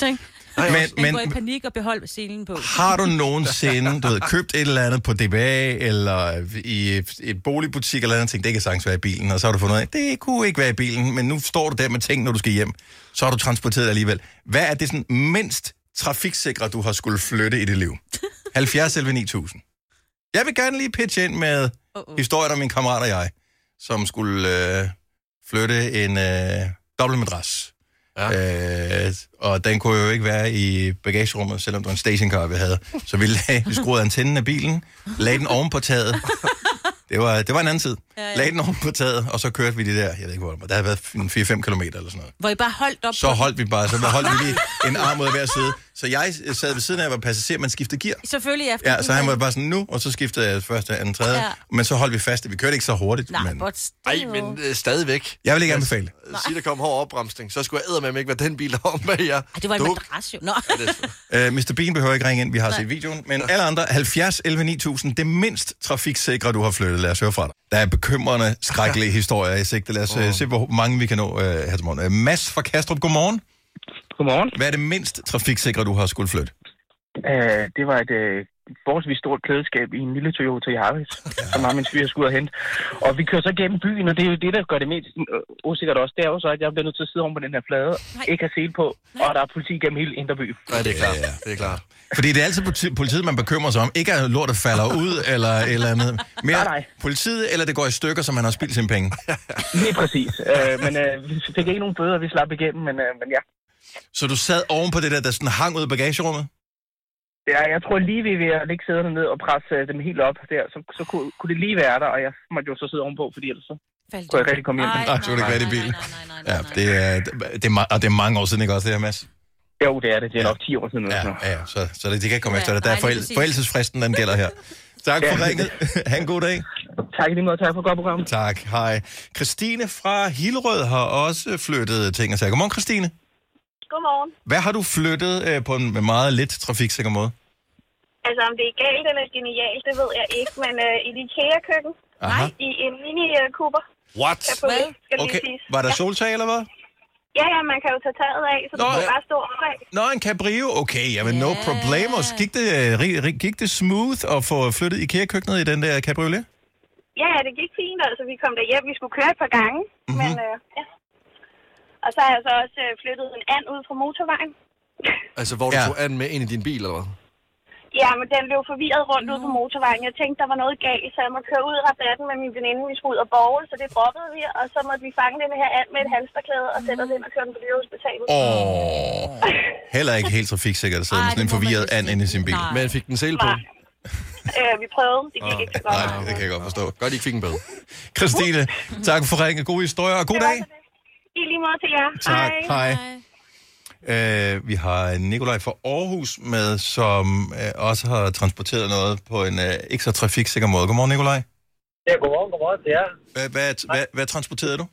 tænk. Men, Den men, går i men panik og beholder selen på. har du nogensinde, du ved, købt et eller andet på DBA, eller i et- et boligbutik eller andet ting, det kan sagtens være i bilen, og så har du fundet ud af, det kunne ikke være i bilen, men nu står du der med ting, når du skal hjem, så har du transporteret alligevel. Hvad er det sådan mindst trafiksikre, du har skulle flytte i [laughs] dit liv? 70 11 9000. Jeg vil gerne lige pitche ind med Uh-uh. historien om min kammerat og jeg, som skulle øh, flytte en øh, dobbeltmadras. Ja. Øh, og den kunne jo ikke være i bagagerummet, selvom det var en stationcar, vi havde. Så vi, lag, vi skruede antennen af bilen, lagde den oven på taget. Det var, det var en anden tid. Ja, ja. Lagde den oven på taget, og så kørte vi det der, jeg ved ikke hvor, det var, der havde været en 4-5 km eller sådan noget. Hvor I bare holdt op. Så holdt vi bare, så holdt vi lige en arm ud af hver side. Så jeg sad ved siden af, og var passager, man skiftede gear. [laughs] Selvfølgelig efter. Ja, så han var bare sådan nu, og så skiftede jeg første, anden, tredje. Ja. Ja. Men så holdt vi fast. Vi kørte ikke så hurtigt. Nej, men... godt. Nej, men øh, stadigvæk. Jeg vil ikke anbefale det. Altså, Sig, der kom hård opbremsning, så skulle jeg med ikke være den bil, der var om bag jer. Ej, det var en Duk. madras jo. Nå. Uh, Mr. Bean behøver ikke ringe ind, vi har set videoen. Men alle andre, 70 11 9000, det mindst trafiksikre, du har flyttet. Lad os høre fra dig. Der er bekymrende, skrækkelige historier i sigte. Lad os uh, se, hvor mange vi kan nå uh, her til morgen. Uh, Mads fra Kastrup, godmorgen. Godmorgen. Hvad er det mindst trafiksikre, du har skulle flytte? [laughs] Øh, det var et øh, forholdsvis stort klædeskab i en lille Toyota Yaris, som har min sviger skulle have hente. Og vi kører så gennem byen, og det er jo det, der gør det mest øh, usikkert også. Det er jo så, at jeg bliver nødt til at sidde oven på den her flade, Nej. ikke har sele på, og der er politi gennem hele Inderby. Nej, det er klart. Det er klart. Fordi det er altid politi- politiet, man bekymrer sig om. Ikke at lortet falder ud eller et eller andet. [laughs] Mere Nej, nej. politiet, eller det går i stykker, så man har spildt sine penge. Lige præcis. Øh, men øh, vi fik ikke nogen bøder, vi slap igennem, men, øh, men ja. Så du sad oven på det der, der sådan hang ud i bagagerummet? ja. Jeg tror lige, vi er ved at lægge sæderne ned og presse øh, dem helt op der, så, så kunne, kunne det lige være der, og jeg måtte jo så sidde ovenpå, fordi ellers så Faldt kunne jeg ikke rigtig komme hjem. Ej, så var det ikke været i bilen. Nej, nej, nej, nej, Ja, nej, nej. det er, det er, ma- og det er mange år siden, ikke også det her, Mads? Jo, det er det. Det er nok 10 år siden. Ja, Ja. ja, ja, så, så det, de kan ikke komme Ja, efter det. Der er nej, lige præcis. forel- forældelsesfristen, den gælder her. Tak for Ja. ringet. [laughs] Ha' en god dag. Tak i lige måde. Tak for et godt program. Tak, hej. Christine fra Hillerød har også flyttet ting og sager. Godmorgen, Christine. Godmorgen. Hvad har du flyttet øh, på en meget lidt trafiksikker måde? Altså, om det er galt eller genialt, det ved jeg ikke, men øh, i et IKEA-køkken, Aha. i en mini-kuber, What? der på Hvad? lidt, skal Okay, lige sige. var der soltag eller hvad? Ja, ja, man kan jo tage taget af, så du Nå, kan ja. bare stå opad. Nå, en Cabrio. Okay, jamen no Ja. problemos. Gik det, øh, ri- ri- gik det smooth at få flyttet IKEA-køkkenet i den der cabriolet? Ja, ja, det gik fint, altså vi kom derhjem, vi skulle køre et par gange, Mhm. mm-hmm. men øh, ja. Og så har jeg så også øh, flyttet en and ud fra motorvejen. Altså, hvor du Ja. tog an med en i din bil, eller hvad? Ja, men den blev forvirret rundt ude på motorvejen. Jeg tænkte, der var noget galt, så jeg måtte køre ud i rabatten med min veninde. Vi skulle ud og borge, så det droppede vi, og så måtte vi fange den her and med et halsterklæde og sætte os ind og køre den på dyrehospitalet. Åh, heller ikke helt trafiksikkert at sidde Ej, med sådan en det må man forvirret vist and ikke. inde i sin bil. Nej. Men fik den sele på? Nej. Øh, vi prøvede, det gik ikke så godt. Nej, det kan jeg godt forstå. Godt, I ikke fik en bad. Christine, tak for ringen. God historie og god Det var dag. så det. I lige måde til jer. Tak. Hej. Hej. Nej. Øh, vi har Nikolaj fra Aarhus med, som øh, også har transporteret noget på en øh, ikke så trafiksikker måde. Godmorgen, Nikolaj. Ja, godmorgen, godmorgen. Det er Hvad, hvad, hvad, hvad transporterede du?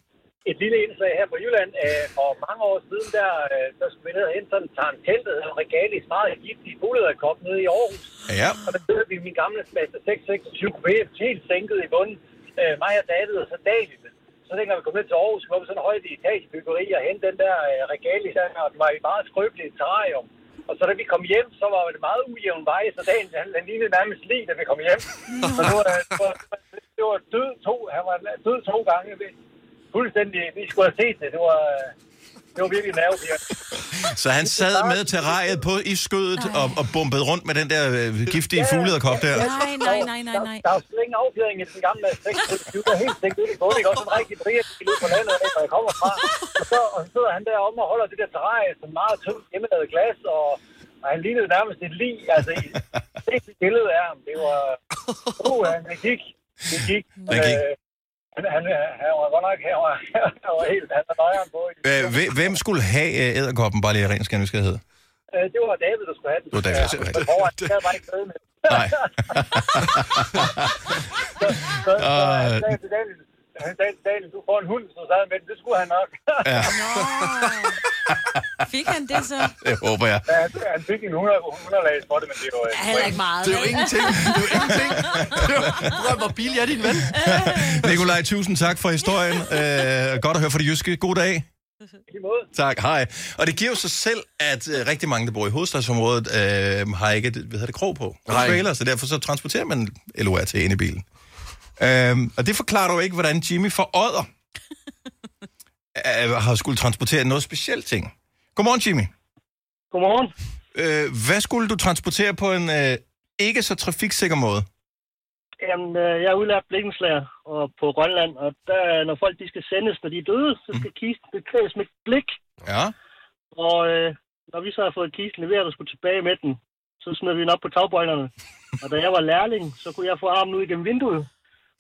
et lille indslag her på Jylland. Øh, for mange år siden, der, øh, der skulle vi ned og hente sådan en tarantelle, der hedder regalis, meget giftig fuglederkop nede i Aarhus. Ja. Og der købte vi min gamle Mazda 626 Coupé, helt sænket i bunden. Øh, mig og David og så David. Så dengang vi kom ned til Aarhus, kom vi sådan højt i etagebyggeri og hente den der øh, regalis, der, og den var i meget skrøbeligt terrarium. Og så da vi kom hjem, så var det meget ujævn vej, så dagen han, han lignede nærmest lige, da vi kom hjem. Så nu er det var død to, var død to gange. Vi- Fuldstændig, vi skulle have set det. Det var, øh, det var virkelig nervepirrende. Så han sad med terrariet på i skødet og, og bumpede rundt med den der øh, giftige fuglederkop der. Nej, nej, nej, nej, nej. Der er slet ingen afklædning i den gamle 26, der er helt stik ud i bunden, ikke? Også en rigtig brie, der ud på landet, ikke? hvor jeg kommer fra. Og så, og så sidder han deromme og holder det der terrarie, som meget tungt hjemmelavet glas, og, og han lignede nærmest et lig. Altså, i det billede af ham, det var... Uh, han det gik. Det gik. Den gik. Øh, han, han, han, var godt nok, han var, han var helt, han var nøjeren på. i- Øh, hve- Hvem skulle have øh, æderkoppen, bare lige af ren skandviskhed? Øh, det var David, der skulle have den. Det var David, der skulle have den. den. Foran, jeg havde bare ikke med. Nej. Så, så Åh. han sagde til Daniel, han sagde til Daniel, du får en hund, så sagde han med den. Det skulle han nok. Fik han det så? Det håber jeg. Ja, han, han fik en 100, 100 lags for det, men det var... Ja, Heller ikke meget. Det er jo ingenting. Det er jo ingenting. Det er jo- Prøv, hvor billig er din ven? [laughs] Nikolaj, tusind tak for [laughs] historien. Øh, godt at høre fra det jyske. God dag. I måde. Tak, hej. Og det giver jo sig selv, at øh, rigtig mange, der bor i hovedstadsområdet, øh, har ikke hvad hedder det, krog på. Og Nej. trailer, så derfor så transporterer man LORT ind i bilen. Øhm, og det forklarer dog ikke, hvordan Jimmy for [laughs] Odder øh, har skulle transportere noget specielt ting. Godmorgen, Jimmy. Godmorgen. Øh, hvad skulle du transportere på en øh, ikke så trafiksikker måde? Jamen, øh, jeg er udlært blikkenslager og på Grønland, og der, når folk de skal sendes, når de er døde, så skal kisten beklædes med blik. Mm. Ja. Og øh, når vi så har fået kisten leveret og skulle tilbage med den, så smed vi den op på [laughs] tagbøjlerne. Og da jeg var lærling, så kunne jeg få armen ud gennem vinduet.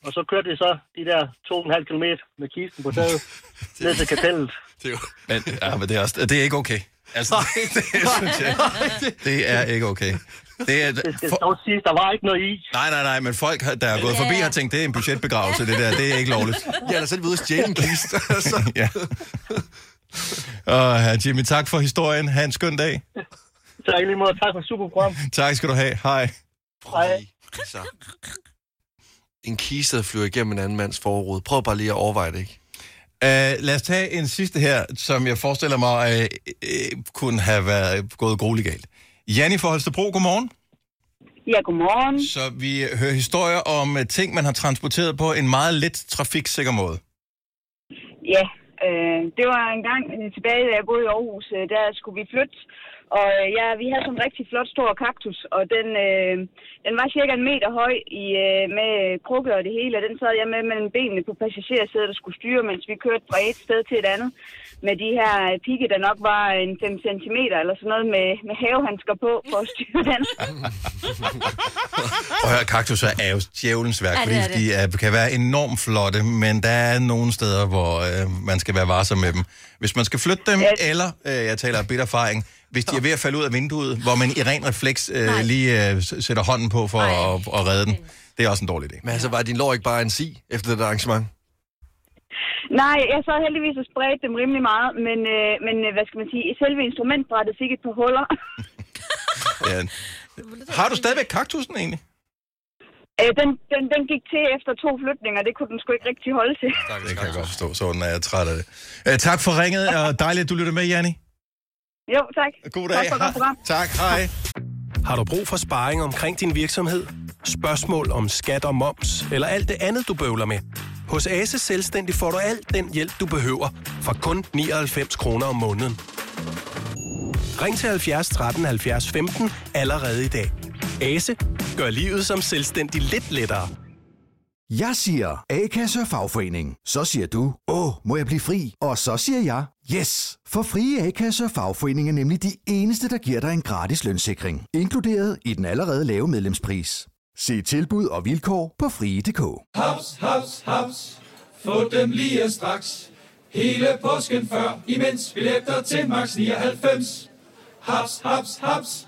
Og så kørte det så de der 2,5 km med kisten på [laughs] taget ned til kapellet. Det er jo... Men, ja, men det, er også, det er ikke okay. Altså, det, synes jeg, det er ikke okay. Det er, Det skal for, dog siges, der var ikke noget i. Nej, nej, nej, men folk, har- der er gået forbi, har tænkt, det er en budgetbegravelse, det der. Det er ikke lovligt. Ja, eller så er de ude og stjæle en kiste. [laughs] altså. ja. Og herre Jimmy, tak for historien. Ha' en skøn dag. Tak i lige måde, tak for et super program. Tak skal du have. Hej. Prøv lige, altså. En kiste, der flyver igennem en anden mands forråd. Prøv bare lige at overveje det, ikke? Uh, lad os tage en sidste her, som jeg forestiller mig uh, uh, kunne have været gået grueligt galt. Janni fra Holstebro, godmorgen. Ja, godmorgen. Så vi hører historier om øh, ting, man har transporteret på en meget let trafiksikker måde. Ja, øh, det var en gang øh, tilbage, da jeg boede i Aarhus. øh, Der skulle vi flytte, og øh, ja, vi havde sådan en rigtig flot stor kaktus, og den, øh, den var cirka en meter høj i, øh, med krukke og det hele, og den sad jeg med mellem benene på passagersædet, der skulle styre, mens vi kørte fra et sted til et andet med de her øh, pigge, der nok var en 5 cm eller sådan noget med, med havehandsker på for at styre den. Og hør, kaktusser er jo djævelens værk, Ja, fordi det er det. de er, kan være enormt flotte, men der er nogle steder, hvor øh, man skal være varsom med dem. Hvis man skal flytte dem, Ja. eller, øh, jeg taler af bitter erfaring, hvis de er ved at falde ud af vinduet, hvor man i ren refleks øh, Nej. lige øh, s- sætter hånden på for Ej. at, at redde den, det er også en dårlig idé. Men altså, var din lår ikke bare en si efter det der arrangement? Nej, jeg så heldigvis og spredte dem rimelig meget, men, øh, men øh, hvad skal man sige, selve instrumentbrættet fik et par huller. Ja. Har du stadigvæk kaktusen egentlig? Øh, den, den, den gik til efter to flytninger, det kunne den sgu ikke rigtig holde til. Det kan jeg godt forstå, sådan er jeg træt af det. Øh, tak for ringet, og dejligt, at du lytter med, Janni. Jo, tak. God Tak dag. for et godt program. Tak, hej. Har du brug for sparring omkring din virksomhed? Spørgsmål om skat og moms, eller alt det andet, du bøvler med? Hos Ase Selvstændig får du alt den hjælp, du behøver, for kun 99 kroner om måneden. Ring til 70 13 70 15 allerede i dag. Ase gør livet som selvstændig lidt lettere. Jeg siger A-kasse og fagforening. Så siger du, åh, må jeg blive fri? Og så siger jeg, yes! For frie A-kasse og fagforening er nemlig de eneste, der giver dig en gratis lønssikring. Inkluderet i den allerede lave medlemspris. Se tilbud og vilkår på frie.dk. Haps, haps, haps. Få dem lige straks. Hele påsken før, imens billetter til max 99. Haps, haps, haps.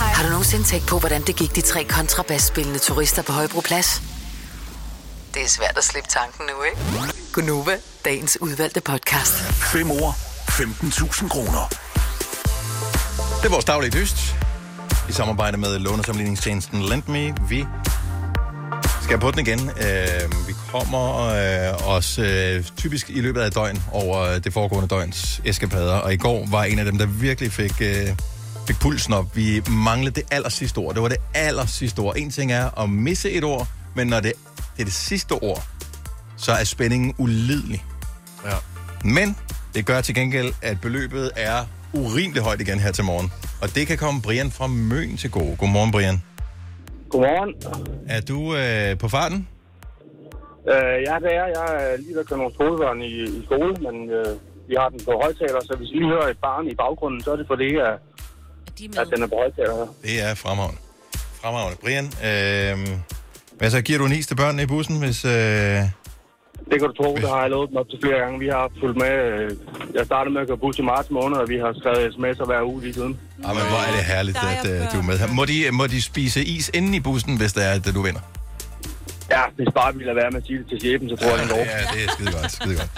Har du nogensinde tænkt på, hvordan det gik de tre kontrabasspillende turister på Højbroplads? Det er svært at slippe tanken nu, ikke? Gunova, dagens udvalgte podcast. Fem ord, 15.000 kroner. Det er vores daglige dyst. I samarbejde med lånesamligningstjenesten LendMe. Vi skal på den igen. Øh, vi kommer øh, også øh, typisk i løbet af et døgn over øh, det foregående døgns eskapader. Og i går var en af dem, der virkelig fik, øh, fik pulsen op. Vi manglede det aller sidste ord. Det var det aller sidste ord. En ting er at misse et ord, men når det, det er det sidste ord, så er spændingen ulidelig. Ja. Men det gør til gengæld, at beløbet er urimelig højt igen her til morgen. Og det kan komme Brian fra Møn til gode. Godmorgen, Brian. Godmorgen. Er du øh, på farten? Øh, ja, det er. Jeg er lige ved at køre nogle skolebørn i, i skole, men øh, vi har den på højtaler, så hvis I lige hører et barn i baggrunden, så er det fordi, at, at den er på højtaler. Det er fremragende. Fremragende. Brian, øh, hvad så giver du en is til børnene i bussen, hvis... Øh, Det kan du tro, det har jeg lovet dem op til flere gange. Vi har fulgt med. øh, Jeg startede med at køre bus i marts måned, og vi har skrevet sms'er hver uge lige siden. ah, men hvor er det herligt, at øh, du er med her. Må de, må de spise is inden i bussen, hvis det er, at du vinder? Ja, hvis bare vi lader være med at sige det til chefen, så tror jeg, den går. Ja, det er skide godt, skide godt.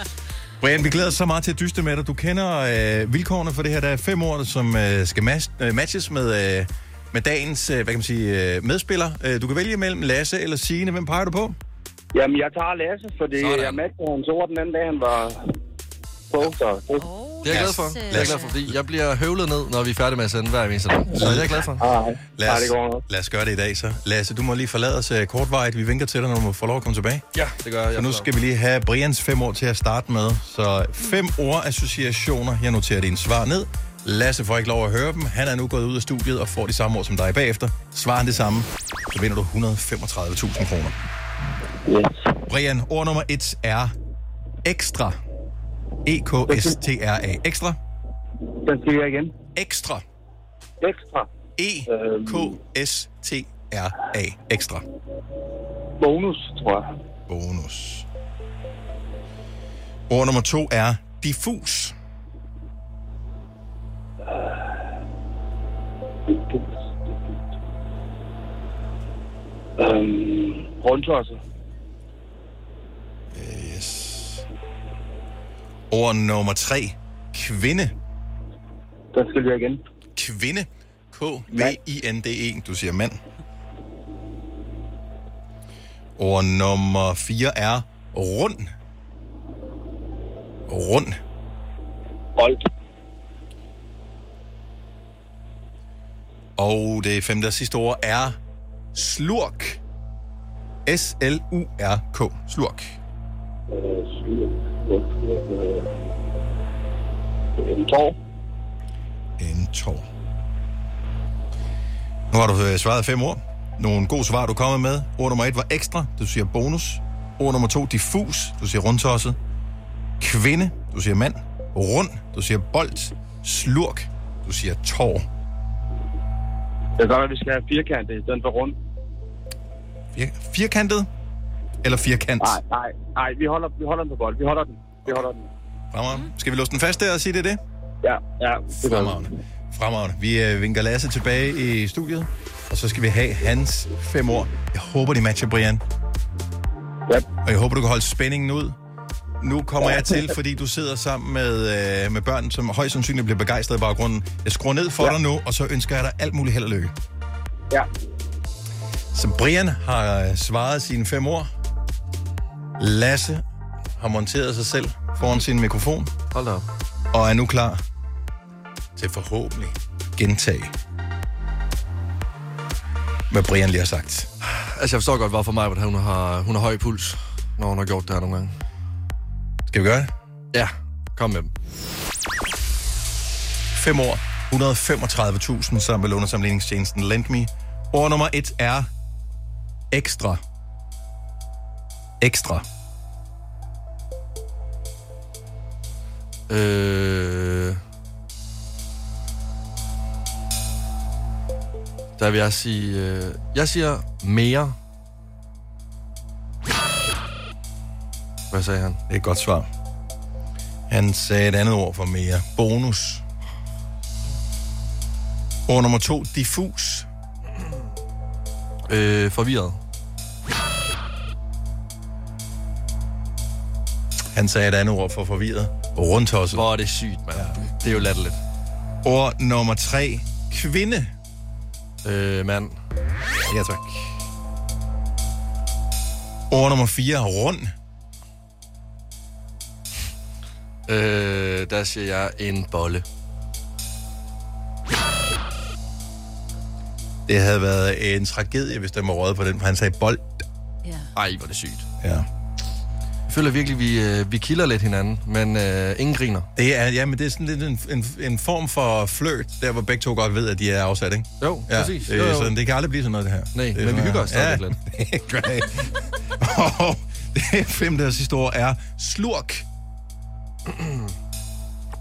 Brian, vi glæder os så meget til at dyste med dig. Du kender øh, vilkårene for det her. Der er fem ord, som øh, skal mas- øh, matches med, øh, med dagens øh, hvad kan man sige, øh, medspiller. Øh, du kan vælge mellem Lasse eller Signe. Hvem peger du på? Jamen, jeg tager Lasse, fordi Sådan. jeg matchede hans ord den anden dag, han var på. Så. Det er jeg glad for. Øh, Det øh, er jeg glad for, fordi jeg bliver høvlet ned, når vi er færdige med at sende hver eneste dag. Så det er jeg glad for. Lad os, lad os gøre det i dag så. Lasse, du må lige forlade os uh, kortvarigt. Vi vinker til dig, når du får lov at komme tilbage. Ja, det gør jeg. Så nu skal vi lige have Brians fem ord til at starte med. Så fem ordassociationer. Jeg noterer dine svar ned. Lasse får ikke lov at høre dem. Han er nu gået ud af studiet og får de samme ord som dig bagefter. Svarer han det samme, så vinder du 135.000 kroner. Yes. Brian, ord nummer et er ekstra. E E-K-S-T-R-A. Ekstra. Den siger jeg igen. Ekstra. E Ekstra. E-K-S-T-R-A. Ekstra. Bonus, tror jeg. Bonus. Ord nummer to er diffus. Øhm, rundtosset. Øh, Ord nummer tre, kvinde. Den skal vi igen. Kvinde. K-V-I-N-D-E. E. Du siger mand. Ord nummer fire er rund. Rund. Bold. Og det femte og sidste ord er slurk. S-L-U-R-K. Slurk. Øh, En tår. En tår. Nu har du øh, svaret fem ord. Nogle gode svar, du er kommet med. Ord nummer et var ekstra. Du siger bonus. Ord nummer to, diffus. Du siger rundtosset. Kvinde. Du siger mand. Rund. Du siger bold. Slurk. Du siger tår. Det er godt, at vi skal have firkantet i stedet for rundt. Fir- firkantet? Eller firkant? Nej, nej, nej. Vi holder, vi holder den på bold. Vi holder den. Vi holder den. Fremragende. Skal vi låse den fast der og sige det er det? Ja, ja. Fremragende. Fremragende. Vi øh, vinker Lasse tilbage i studiet, og så skal vi have hans fem år. Jeg håber, de matcher Brian. Yep. Og jeg håber, du kan holde spændingen ud. Nu kommer jeg til, fordi du sidder sammen med, øh, med børn, som højst sandsynligt bliver begejstret i baggrunden. Jeg skruer ned for ja. dig nu, og så ønsker jeg dig alt muligt held og lykke. Ja. Så Brian har øh, svaret sine fem ord. Lasse har monteret sig selv foran sin mikrofon. Hold op. Og er nu klar til forhåbentlig gentage, hvad Brian lige har sagt. Altså, jeg forstår godt, hvorfor mig, hun har, hun har høj puls, når hun har gjort det her nogle gange. Skal vi gøre det? Ja, kom med dem. Fem år, 135.000 sammen med lånesamligningstjenesten LendMe. Ord nummer et er ekstra. Ekstra. Øh... Der vil jeg sige... Øh... Jeg siger mere. Hvad sagde han? Det er et godt svar. Han sagde et andet ord for mere. Bonus. Ord nummer to, diffus. Øh, forvirret. Han sagde et andet ord for forvirret. Rundtosset. Hvor er det sygt, mand. Ja. Det er jo latterligt. Ord nummer tre. Kvinde. Øh, mand. Ja, tak. Ord nummer fire. Rund. Øh, der siger jeg en bolle. Det havde været en tragedie, hvis den var røget på den, for han sagde bold. Ej, hvor er det sygt. Ja. Jeg føler virkelig, vi, øh, vi kilder lidt hinanden, men øh, ingen griner. Det er, ja, men det er sådan lidt en, en, en form for flirt, der hvor begge to godt ved, at de er afsat, ikke? Jo, ja, præcis. Det, Jo, er jo. Sådan, det kan aldrig blive sådan noget, det her. Nej, det er men sådan vi her. hygger os stadig lidt. [laughs] det er great. Og det femte og sidste ord er [clears throat] slurk.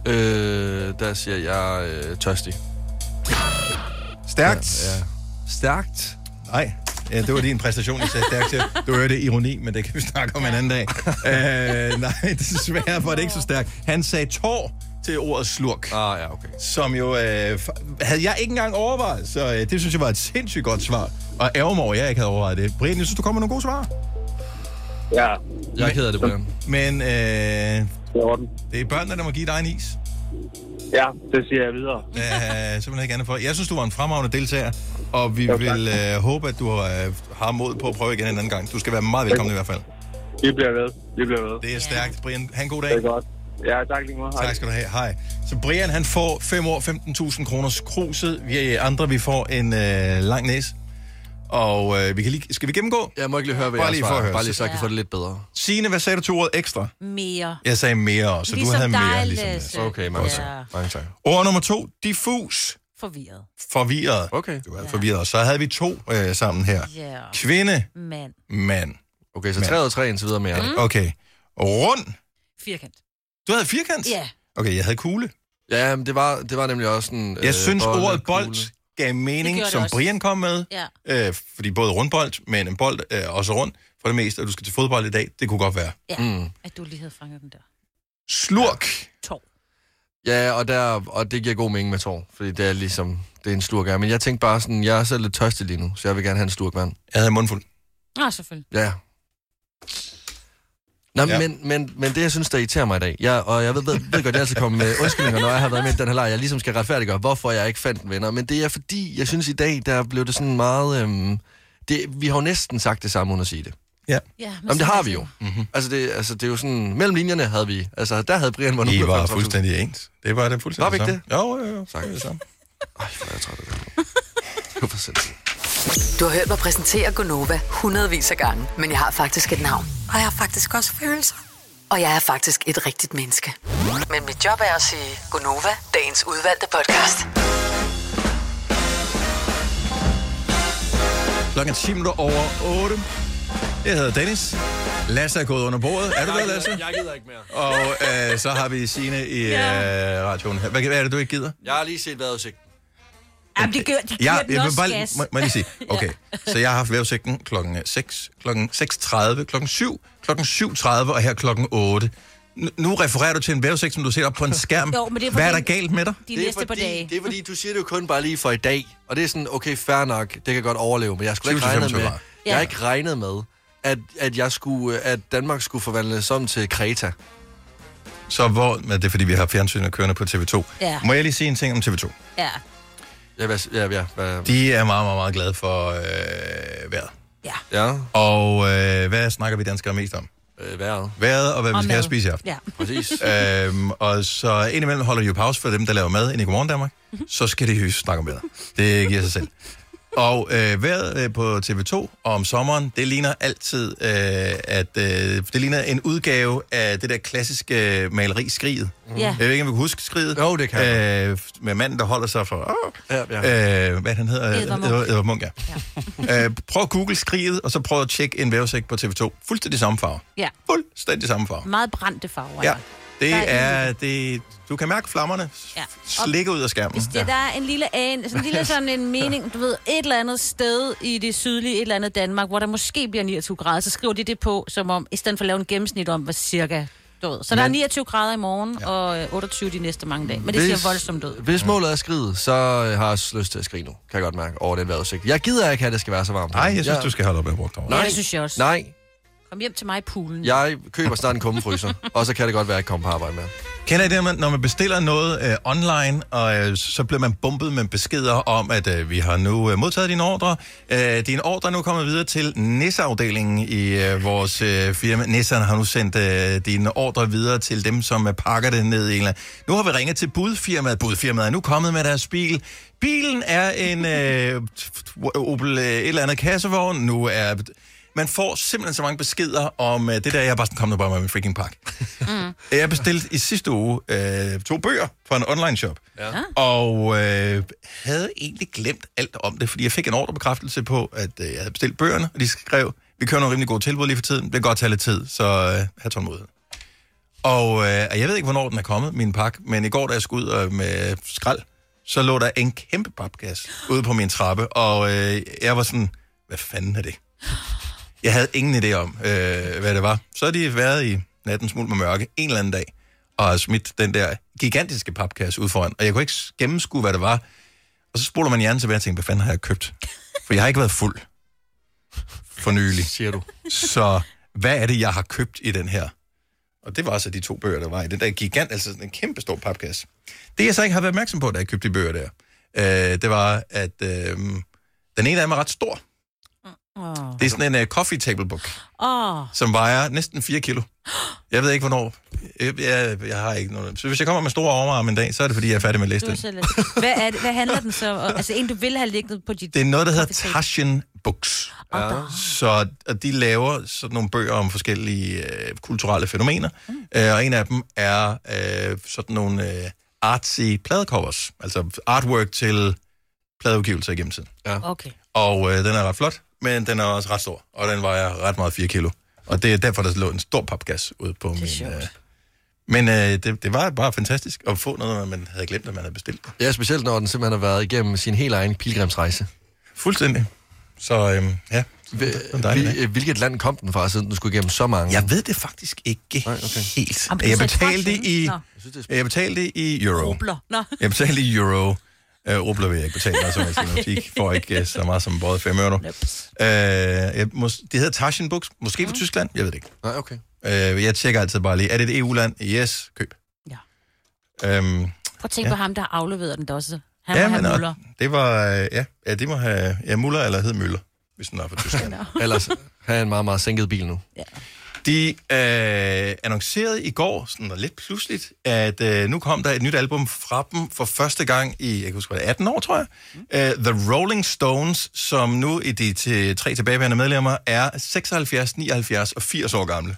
øh, der siger jeg øh, tørstig. Stærkt. Ja, ja. Stærkt. Nej, ja, det var din præstation, jeg sagde stærkt til. Du hørte ironi, men det kan vi snakke om en anden [laughs] dag. Øh, nej, desværre var det ikke så stærkt. Han sagde tår til ordet slurk. Ah, ja, okay. Som jo øh, f- havde jeg ikke engang overvejet, så øh, det synes jeg var et sindssygt godt svar. Og ærger mig over, at jeg ikke havde overvejet det. Brian, jeg synes, du kommer med nogle gode svar. Ja. Jeg er ked af det, Brian. Men øh, det er børnene, der må give dig en is. Ja, det siger jeg videre. Øh, simpelthen ikke andet for. Jeg synes, du var en fremragende deltager, og vi jo, vil øh, håbe, at du øh, har mod på at prøve igen en anden gang. Du skal være meget velkommen i hvert fald. Vi bliver ved. Vi bliver ved. Det er stærkt. Brian, ha' en god dag. Det er godt. Ja, tak lige måde. Tak skal du have. Hej. Så Brian, han får 5 år 15.000 kroners kruset. Vi andre, vi får en øh, lang næs. Og øh, vi kan lige, skal vi gennemgå? Jeg må ikke lige høre, hvad Bare jeg lige svarer. for at høre. Bare lige så jeg kan få det lidt bedre. Signe, hvad sagde du til ordet ekstra? [laughs] Mere. Jeg sagde mere også, så Ligesom du havde dig, mere. Ligesom Lasse. Lasse. Okay, mange Ja. tak. Mange tak. Ord nummer to, diffus. Forvirret. Forvirret. Okay. Du er forvirret. Så havde vi to øh, sammen her. Ja. Kvinde, Mand. mand. Okay, så Mand. 3 ud af 3 indtil videre med jer. Mm. Okay. Rund. Firkant. Du havde firkant? Ja. Okay, jeg havde kugle. Ja, men det var, det var nemlig også en... øh, Jeg synes, ordet kugle. bold gav mening, Det gjorde som det også. Brian kom med. Ja. Øh, fordi både rundbold, men en bold øh, også rund for det meste, og du skal til fodbold i dag, det kunne godt være. Ja. Mm. At du lige havde fanget den der. Slurk. Tov. Ja, og, der, og det giver god mening med tår, fordi det er ligesom, det er en slurk af. Men jeg tænkte bare sådan, jeg er selv lidt tørstig lige nu, så jeg vil gerne have en slurk vand. Jeg havde mundfuld. Nå, selvfølgelig. Ja. Nå, Ja. ja. Men, men, men det, jeg synes, der irriterer mig i dag, jeg, og jeg ved, ved, ved godt, jeg altid kommer [laughs] med undskyldninger, når jeg har været med i den her leg, jeg ligesom skal retfærdiggøre, hvorfor jeg ikke fandt en venner. Men det er fordi, jeg synes i dag, der blev det sådan meget... Øhm, det, vi har jo næsten sagt det samme, uden at sige det. Ja. Ja, men Jamen, det så- har vi jo. Mhm. Mm-hmm. Altså, det, altså, det er jo sådan... Mellem linjerne havde vi... Altså, der havde Brian vundet. I var 150.000. fuldstændig ens. Det var det Var fuldstændig vi ikke samme. Jo, jo, jo. Tak. Det er det samme. Ej, hvor er jeg træt af det. [laughs] Det var for sindssygt. Du har hørt mig præsentere Gonova hundredvis af gange, men jeg har faktisk et navn. Og jeg har faktisk også følelser. Og jeg er faktisk et rigtigt menneske. Men mit job er at sige Gonova, dagens udvalgte podcast. Klokken er 10 minutter over 8. Jeg hedder Dennis. Lasse er gået under bordet. Er du der, Lasse? Jeg gider ikke mere. Og øh, så har vi Signe i øh, radioen her. Hvad, hvad er det, du ikke gider? Jeg har lige set vejrudsigten. Jamen, det gør, det gør Ja, den jeg vil også bare, gas. må, må jeg lige [laughs] sige. Okay, så jeg har haft vejrudsigten klokken 6, klokken 6.30, klokken 7, klokken 7.30 og her klokken 8. Nu- Nu refererer du til en vejrudsigt, som du ser op [laughs] på en skærm. Jo, men det er Hvad er der fordi- galt med dig? De næste par dage. Det er fordi, du siger det jo kun bare lige for i dag. Og det er sådan, okay, fair nok, det kan godt overleve, men jeg skulle ikke 20-25 regne med, var. jeg har Ja. ikke regnet med, at, at, jeg skulle, at Danmark skulle forvandles om til Kreta. Så hvor... Men det er, fordi vi har fjernsynet kørende på TV2. Ja. Må jeg lige sige en ting om TV2? Ja. Ja, hvad, ja, ja, hvad, De er meget, meget, meget glade for øh, vejret. ja Og øh, hvad snakker vi danskere mest om? øh, vejret. Vejret og hvad vi Og skal have mad. at spise i aften. Ja. Præcis. [laughs] øhm, og så indimellem holder de jo pause for dem, der laver mad ind i Godmorgen Danmark. Så skal de jo snakke om vejret. Det giver sig selv. Og øh, vejret øh, på TV2 og om sommeren, det ligner altid, øh, at øh, det ligner en udgave af det der klassiske øh, maleri Skriget. Ja. Jeg ved ikke, om vi kan huske Skriget. Jo, det kan øh, med manden, der holder sig for... Åh, Ja, ja. Øh, hvad han hedder? Edvard Munch. Edvard Munch, ja. [laughs] øh, prøv at google skriget, og så prøv at tjekke en vævesæk på TV2. Fuldstændig samme farve. Ja. Fuldstændig samme farve. Meget brændte farver. Ja, er der. Mm, Der det er er... Det, du kan mærke flammerne Ja. ja. slikke ud af skærmen. Hvis det, der er en lille, an, sådan en [laughs] lille sådan en mening, du ved, et eller andet sted i det sydlige, et eller andet Danmark, hvor der måske bliver 29 grader, så skriver de det på, som om, i stedet for at lave en gennemsnit om, hvad cirka du ved. Så der er 29 grader i morgen, ja. og øh, 28 de næste mange dage. Men det ser voldsomt ud. Hvis målet er skridt, så har jeg også lyst til at skrige nu, kan jeg godt mærke, over den vejrudsigt. Jeg gider ikke have, at det skal være så varmt. Nej, jeg synes, du skal holde op med at bruge Nej, Ja, det synes jeg også. Nej, Kom hjem til mig i poolen. Jeg køber snart en kummefryser, og så kan det godt være, at jeg ikke kommer på arbejde med. Kender I det, man- når man bestiller noget øh, online, og øh, så bliver man bumpet med beskeder om, at øh, vi har nu øh, modtaget din ordre. Øh, din ordre er nu kommet videre til Nisseafdelingen i øh, vores øh, firma. Nissan har nu sendt øh, din ordre videre til dem, som øh, pakker det ned i en eller anden. Nu har vi ringet til budfirmaet. Budfirmaet er nu kommet med deres bil. Bilen er en øh, [laughs] Opel øh, et eller andet kassevogn. Nu er... Man får simpelthen så mange beskeder om øh, det der, jeg er bare sådan, kom nu bare med min freaking pakke. Mm. Jeg bestilte i sidste uge øh, to bøger fra en online shop, Ja. og øh, havde egentlig glemt alt om det, fordi jeg fik en ordrebekræftelse på, at øh, jeg havde bestilt bøgerne, og de skrev, vi kører nogle rimelig gode tilbud lige for tiden, det kan godt tage lidt tid, så øh, have tålmodighed. Og øh, og jeg ved ikke, hvornår den er kommet, min pakke, men i går, da jeg skulle ud øh, med skrald, så lå der en kæmpe papkasse ude på min trappe, og øh, jeg var sådan, hvad fanden er det? Jeg havde ingen idé om, øh, hvad det var. Så har de været i natten smuld med mørke en eller anden dag, og har smidt den der gigantiske papkasse ud foran, og jeg kunne ikke s- gennemskue, hvad det var. Og så spoler man hjernen tilbage og tænker, hvad fanden har jeg købt? For jeg har ikke været fuld for nylig. Siger du. Så hvad er det, jeg har købt i den her? Og det var så de to bøger, der var i den der gigant, altså sådan en kæmpe stor papkasse. Det, jeg så ikke har været opmærksom på, da jeg købte de bøger der, øh, det var, at øh, den ene af dem er ret stor. Åh. Det er sådan en uh, coffee table book, Åh. Oh. som vejer næsten 4 kilo. Jeg ved ikke, hvornår. Jeg, jeg, jeg har ikke noget. Så hvis jeg kommer med store overarm en dag, så er det, fordi jeg er færdig med at Du læse er den. selv lidt- Hvad, er det, hvad handler den så om? Altså en, du vil have liggende på dit... Det er noget, der hedder coffee table. Taschen Books. Ja. Så og de laver sådan nogle bøger om forskellige øh, kulturelle fænomener. Mm. Øh, og en af dem er øh, sådan nogle øh, artsy pladecovers. Altså artwork til pladeudgivelser igennem tiden. Ja. Okay. Og øh, den er ret flot, men den er også ret stor. Og den vejer ret meget 4 kilo. Og det er derfor, der lå en stor papgas ud på min... Øh, men øh, det, det var bare fantastisk at få noget, man havde glemt, at man havde bestilt. Ja, specielt når den simpelthen har været igennem sin helt egen pilgrimsrejse. Fuldstændig. Så øhm, ja, Hvil, øh, hvilket land kom den fra, siden den skulle igennem så mange? Jeg ved det faktisk ikke Nej, okay. helt. Jamen, det er Jeg så et betalte fraksel. i, Nå. jeg betalte i euro. Rubler. Nå. Jeg betalte i euro. Øh, rubler vil jeg ikke betale, altså, jeg siger. [laughs] de får ikke øh, så meget som både 5 euro. Øh, jeg mås- det hedder Taschen Books, måske Mm. fra Tyskland, jeg ved det ikke. Nej, okay. Øh, jeg tjekker altid bare lige, er det et EU-land? Yes, køb. Ja. Øhm, Prøv at tænke Ja. på ham, der afleverede den også. Han ja, må men, have og- muller. det var, øh, ja, ja, det må have, ja, Muller eller hed Møller, hvis den er fra Tyskland. Ellers have en meget, meget sænket bil nu. De øh, annoncerede i går, sådan og lidt pludseligt, at øh, nu kom der et nyt album fra dem for første gang i, jeg kan huske, hvad det er, 18 år, tror jeg. Mm. The Rolling Stones, som nu i de til, tre tilbageværende medlemmer er 76, 79 og 80 år gamle.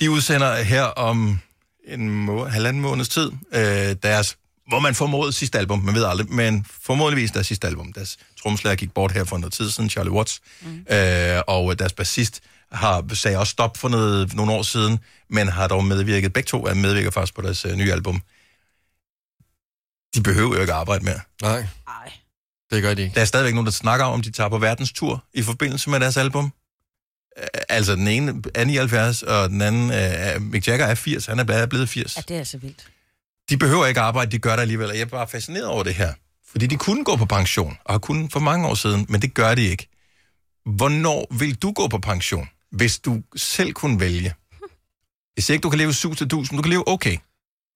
De udsender her om en må- halvanden måneds tid øh, deres, hvor man formodet sidste album, man ved aldrig, men formodentligvis deres sidste album. Deres tromslærer gik bort her for noget tid siden, Charlie Watts, mm. øh, og deres bassist har sagde også stop for noget, nogle år siden, men har dog medvirket, begge to er medvirker faktisk på deres øh, nye album. De behøver jo ikke arbejde mere. Nej. Nej. Det gør de ikke. Der er stadigvæk nogen, der snakker om, de tager på verdenstur i forbindelse med deres album. Øh, Altså, den ene er 79, og den anden, øh, er- Mick Jagger er 80, han er bare blevet 80. Ja, det er så vildt. De behøver ikke arbejde, de gør det alligevel, og jeg er bare fascineret over det her. Fordi de kunne gå på pension, og har kunnet for mange år siden, men det gør de ikke. Hvornår vil du gå på pension, hvis du selv kunne vælge? Jeg siger ikke, du kan leve 7.000, du kan leve okay.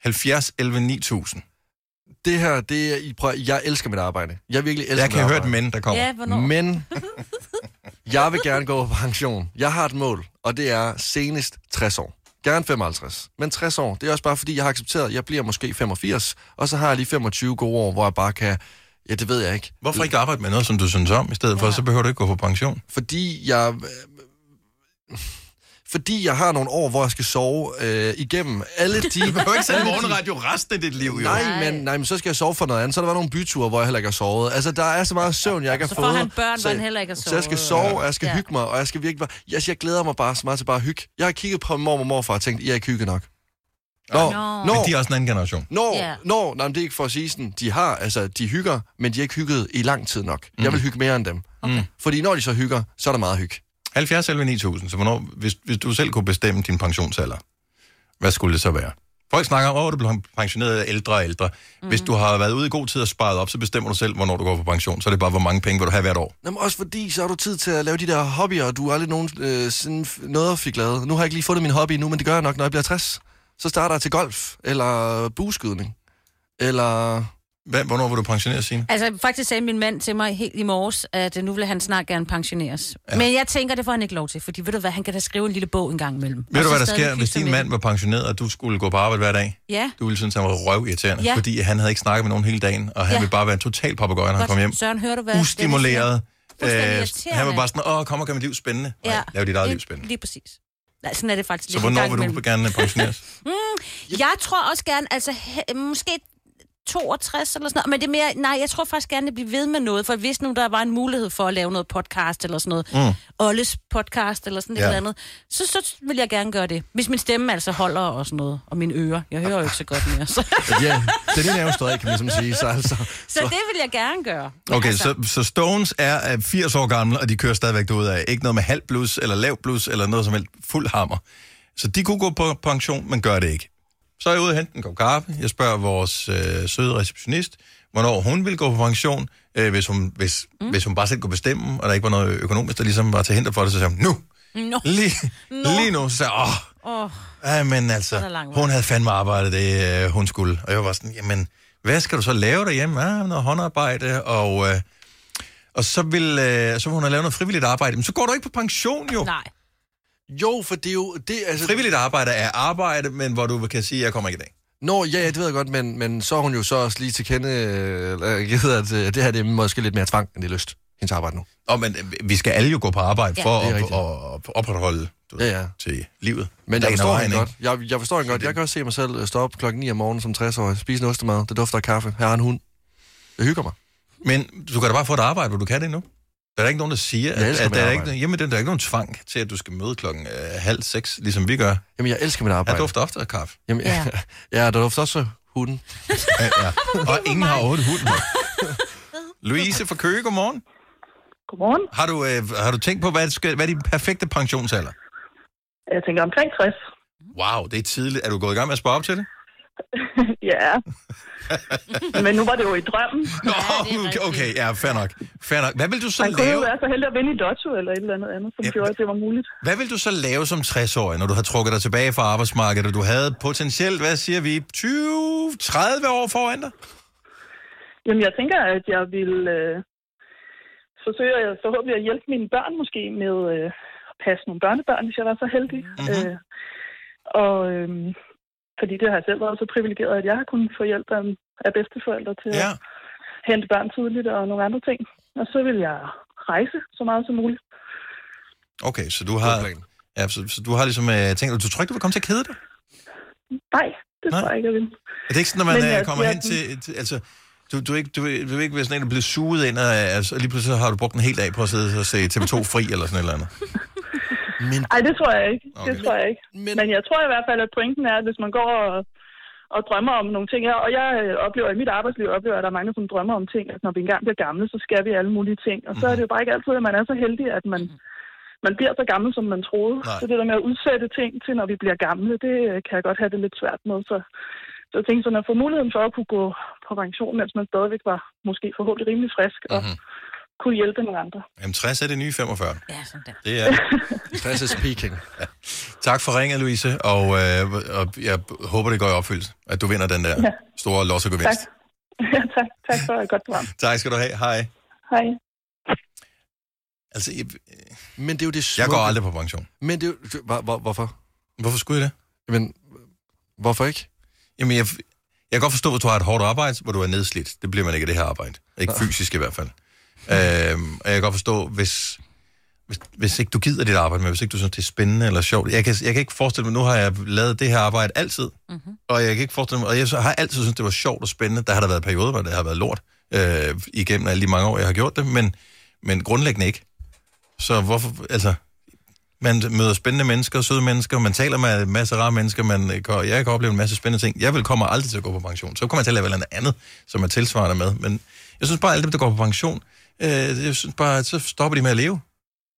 70, 11, 9.000. Det her, det er, I prøver, jeg elsker mit arbejde. Jeg virkelig elsker Jeg kan mit høre arbejde. et men, der kommer. Ja, hvornår? [laughs] Men, jeg vil gerne gå på pension. Jeg har et mål, og det er senest 60 år. Gerne 55. Men 60 år, det er også bare fordi, jeg har accepteret, at jeg bliver måske 85, og så har jeg lige 25 gode år, hvor jeg bare kan... Ja, det ved jeg ikke. Hvorfor ikke arbejde med noget, som du synes om, i stedet for, så behøver du ikke gå på pension? Fordi jeg... øh, Fordi jeg har nogle år, hvor jeg skal sove øh, igennem alle de... [laughs] Du behøver ikke sende alle de- morgenradio resten af dit liv, jo. Nej, men, nej, men så skal jeg sove for noget andet. Så har der var nogle byture, hvor jeg heller ikke har sovet. Altså, der er så meget søvn, jeg ikke har Så får fået. han børn, hvor han heller ikke har Så jeg skal sovet. sove, og jeg skal Ja. ja. hygge mig, og jeg skal virkelig bare... Jeg, jeg glæder mig bare så meget til bare at hygge. Jeg har kigget på min mormor og morfar og tænkt, I har ikke hygget nok. Nå, Nå. nå. Men de er også en anden generation. Nå, Ja. yeah. nå, nej, men det er ikke for at sige sådan. De har, altså, de hygger, men de har ikke hygget i lang tid nok. Mm. Jeg vil hygge mere end dem. Okay. Fordi når de så hygger, så er der meget hygge. 70 eller 9000, så hvornår, hvis, hvis du selv kunne bestemme din pensionsalder, hvad skulle det så være? Folk snakker om, at du bliver pensioneret ældre og ældre. Mm. Hvis du har været ude i god tid og sparet op, så bestemmer du selv, hvornår du går på pension. Så er det bare, hvor mange penge vil du have hvert år. Jamen også fordi, så har du tid til at lave de der hobbyer, og du har aldrig nogen, øh, sådan f- noget fik lavet. Nu har jeg ikke lige fundet min hobby nu, men det gør jeg nok, når jeg bliver 60. Så starter jeg til golf, eller bueskydning, eller... Hvad, hvornår var du pensioneret, Signe? Altså, faktisk sagde min mand til mig helt i morges, at øh, nu vil han snart gerne pensioneres. Ja. Men jeg tænker, det får han ikke lov til, fordi ved du hvad, han kan da skrive en lille bog en gang imellem. Ved Og så du, hvad der stadig sker, hvis hygge sig din med mand var pensioneret, og du skulle gå på arbejde hver dag? det. Ja. Du ville synes, han var røvirriterende, ja. Ja. fordi han havde ikke snakket med nogen hele dagen, og han ja. Ja. ville bare være en total papegøje, når han Godt. kom hjem. Søren, hører du hvad? Ustimuleret. Øh, Fuldstændig han var irriterende. bare sådan, åh, kom og gør mit liv spændende. Ja. Nej, lav dit eget liv Lige- spændende. Lige præcis. Nej, sådan er det faktisk Så lidt en hvornår gang vil du imellem. gerne pensioneres? Mm, jeg tror også gerne, altså he, måske 62 eller sådan noget, men det er mere, nej, jeg tror faktisk gerne, at blive ved med noget, for hvis nu der var en mulighed for at lave noget podcast eller sådan noget, Mm. mm. Olles podcast eller sådan Ja. ja. et eller andet, så, så vil jeg gerne gøre det. Hvis min stemme altså holder og sådan noget, og mine ører. Jeg hører jo ikke så godt mere. [laughs] Så, ja, den ene er jo stadig, kan man ligesom sige. Så, altså, så det vil jeg gerne gøre. altså, Okay, så, så Stones er øh, 80 år gamle, og de kører stadigvæk af. Ikke noget med halv plus, eller lav plus, eller noget som helst. Fuld hammer. Så de kunne gå på pension, men gør det ikke. Så er jeg ude og hente en kop kaffe. Jeg spørger vores øh, søde receptionist, hvornår hun vil gå på pension, øh, hvis, hun, hvis, mm. hvis hun bare selv kunne bestemme, og der ikke var noget økonomisk, der ligesom var til hinder for det. Så sagde hun, nu! Nå. Lige, Nå. lige nu! Så sagde jeg, åh, Åh, Ja, men altså, Så er der lang vej. hun havde fandme arbejdet det, øh, hun skulle. Og jeg var sådan, jamen, hvad skal du så lave derhjemme? Ja, noget håndarbejde, og, øh, og så, vil, øh, så vil hun have lavet noget frivilligt arbejde. Men så går du ikke på pension, jo. Nej. Jo, for det er jo... Det, altså... Frivilligt arbejde er arbejde, men hvor du kan sige, at jeg kommer ikke i dag. Nå, ja, ja, det ved jeg godt, men, men så er hun jo så også lige til kende, øh, eller, jeg hedder, at øh, det her det er måske lidt mere tvang, end det er lyst, hendes arbejde nu. Og men øh, vi skal alle jo gå på arbejde Ja. for Det er at, rigtigt. at, at opretholde du ved, Ja, ja. til livet. Men jeg Dagen og forstår vejen, hende ikke? godt. Jeg, jeg forstår hende godt. Jeg kan også se mig selv øh, stå op klokken 9 om morgenen som 60-årig, spise en ostemad, det dufter af kaffe, her er en hund. Jeg hygger mig. Men du kan da bare få et arbejde, hvor du kan det nu. Der er ikke nogen, der siger, Jeg at, elsker at mit der, er arbejde. ikke, jamen, der er ikke nogen tvang til, at du skal møde klokken øh, halv seks, ligesom vi gør. Jamen, jeg elsker mit arbejde. Jeg dufter ofte af kaffe. Jamen, [laughs] ja. ja, der dufter også hunden. [laughs] ja, ja. Og ingen har overhovedet hunden. Louise fra Køge, godmorgen. Godmorgen. Har du, øh, har du tænkt på, hvad, skal, hvad er din perfekte pensionsalder? Jeg tænker omkring 60. Wow, det er tidligt. Er du gået i gang med at spare op til det? [laughs] ja. [laughs] Men nu var det jo i drømmen. Nå, okay, okay, ja, fair nok. Fair nok. Hvad vil du så Man kunne jo lave? være så heldig at vinde i Dotto eller et eller andet andet, som gjorde, at det var muligt. Hvad vil du så lave som 60-årig, når du har trukket dig tilbage fra arbejdsmarkedet, og du havde potentielt, hvad siger vi, 20-30 år foran dig? Jamen, jeg tænker, at jeg vil øh, forsøge at forhåbentlig at hjælpe mine børn måske med øh, at passe nogle børnebørn, hvis jeg var så heldig. Mhm. Øh, og øh, fordi det har jeg selv været så privilegeret, at jeg har kunnet få hjælp af, af bedsteforældre til ja. at hente børn tidligt og nogle andre ting. Og så vil jeg rejse så meget som muligt. Okay, så du har... Ja, så, så du har ligesom øh, tænkt, du tror ikke, du vil komme til at kede dig? Nej, det tror jeg ikke, jeg vil. Er det ikke sådan, når man Men Men, jeg kommer ser hen den- til, til... Altså, du, du, er ikke, du, vil- du vil ikke være sådan en, der bliver suget ind, og, altså, og lige pludselig har du brugt en hel dag på at sidde og se TV2 fri, eller sådan et eller andet. Men... Nej, det tror jeg ikke. Okay. Det Okay. tror jeg ikke. Men, men jeg tror i hvert fald, at pointen er, at hvis man går og, og drømmer om nogle ting, og og jeg øh, oplever i mit arbejdsliv, oplever, jeg, at der er mange, som drømmer om ting, at når vi engang bliver gamle, så skal vi alle mulige ting. Og så er det jo bare ikke altid, at man er så heldig, at man, man bliver så gammel, som man troede. Nej. Så det der med at udsætte ting til, når vi bliver gamle, det øh, kan jeg godt have det lidt svært med. Så, så jeg tænkte sådan, at få muligheden for at kunne gå på pension, mens man stadigvæk var måske forhåbentlig rimelig frisk, og Mhm. kunne hjælpe nogle andre. Jamen, 60 er det nye 45. Ja, sådan der. Det er det. 60 is peaking. Tak for ringet, Louise, og, øh, og jeg håber, det går i opfyldelse, at du vinder den der Ja. store lottogevinst. Tak. [laughs] Ja, tak. Tak for et godt program. tak skal du have. Hej. Hej. Altså, jeg, Men det er jo det jeg smukke. går aldrig på pension. Men det er jo... Hvor, hvor, hvorfor? Hvorfor skulle jeg det? Jamen, hvorfor ikke? Jamen, jeg, jeg kan godt forstå, hvis du har et hårdt arbejde, hvor du er nedslidt. Det bliver man ikke af det her arbejde. Ikke fysisk i hvert fald. Øhm, og jeg kan godt forstå, hvis, hvis, hvis ikke du gider dit arbejde, men hvis ikke du synes, det er spændende eller sjovt. Jeg kan, jeg kan ikke forestille mig, nu har jeg lavet det her arbejde altid, mm-hmm. og jeg kan ikke forestille mig, og jeg så- har altid synes det var sjovt og spændende. Der har der været perioder, hvor det har været lort, øh, igennem alle de mange år, jeg har gjort det, men, men grundlæggende ikke. Så hvorfor, altså, man møder spændende mennesker, søde mennesker, man taler med en masse rare mennesker, man, øh, kan- jeg kan opleve en masse spændende ting. Jeg vil kommer aldrig til at gå på pension. Så kommer jeg til at lave et eller andet, som er tilsvarende med. Men jeg synes bare, at alle dem, der går på pension, øh, jeg synes bare, at så stopper de med at leve.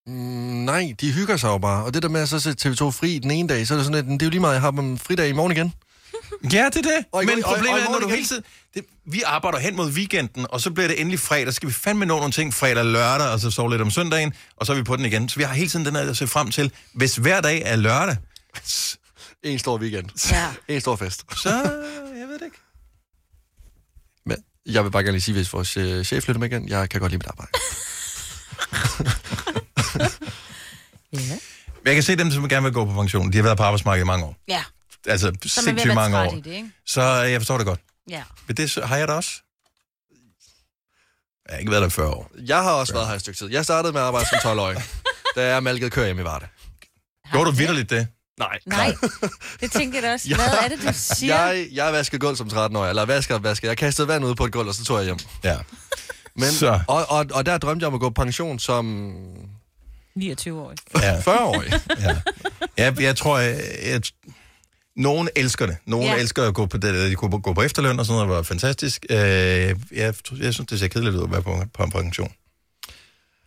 Mm, nej, de [laughs] hygger sig jo bare. Og det der med at så sætte TV2 fri den ene dag, så er det sådan lidt, det er jo lige meget, jeg har dem fridag i morgen igen. Ja, det er det. Og i- Men og- og- problemet og i er, når morgen du igen. hele tiden... Det, vi arbejder hen mod weekenden, og så bliver det endelig fredag. Skal vi fandme nå nogle ting fredag, lørdag, og så sove lidt om søndagen, og så er vi på den igen. Så vi har hele tiden den her at se frem til. Hvis hver dag er lørdag... En stor weekend. Ja. En stor fest. Så, jeg ved det ikke. Men jeg vil bare gerne lige sige, hvis vores øh, chef flytter med igen, jeg kan godt lide mit [laughs] arbejde. Ja. Men jeg kan se dem, som gerne vil gå på pension. De har været på arbejdsmarkedet i mange år. Ja. Altså, Så man sindssygt mange år. i det, ikke? Så øh, jeg forstår det godt. Ja. Men det så- har jeg da også. Jeg har ikke været [laughs] der i 40 år. Jeg har også været her et stykke tid. Jeg startede med at arbejde som [laughs] 12-årig, da jeg malkede køer hjemme i Varde. Gjorde du vidderligt det? Nej. Nej, det tænker jeg da [laughs] også. Hvad er det, [laughs] du siger? Jeg, jeg vaskede gulv som 13-årig, eller vasker, vasker. Jeg kastede vand ude på et gulv, og så tog jeg hjem. Ja. Men, Så. Og, og, og der drømte jeg om at gå på pension som 29-årig. Ja. 40-årig. Jeg, jeg tror, jeg, jeg, nogen elsker det. Nogen Ja. ja. elsker at gå på, det, der, de kunne gå på efterløn og sådan noget, det var fantastisk. Øh, jeg, jeg synes, det ser kedeligt ud at være på, på en pension.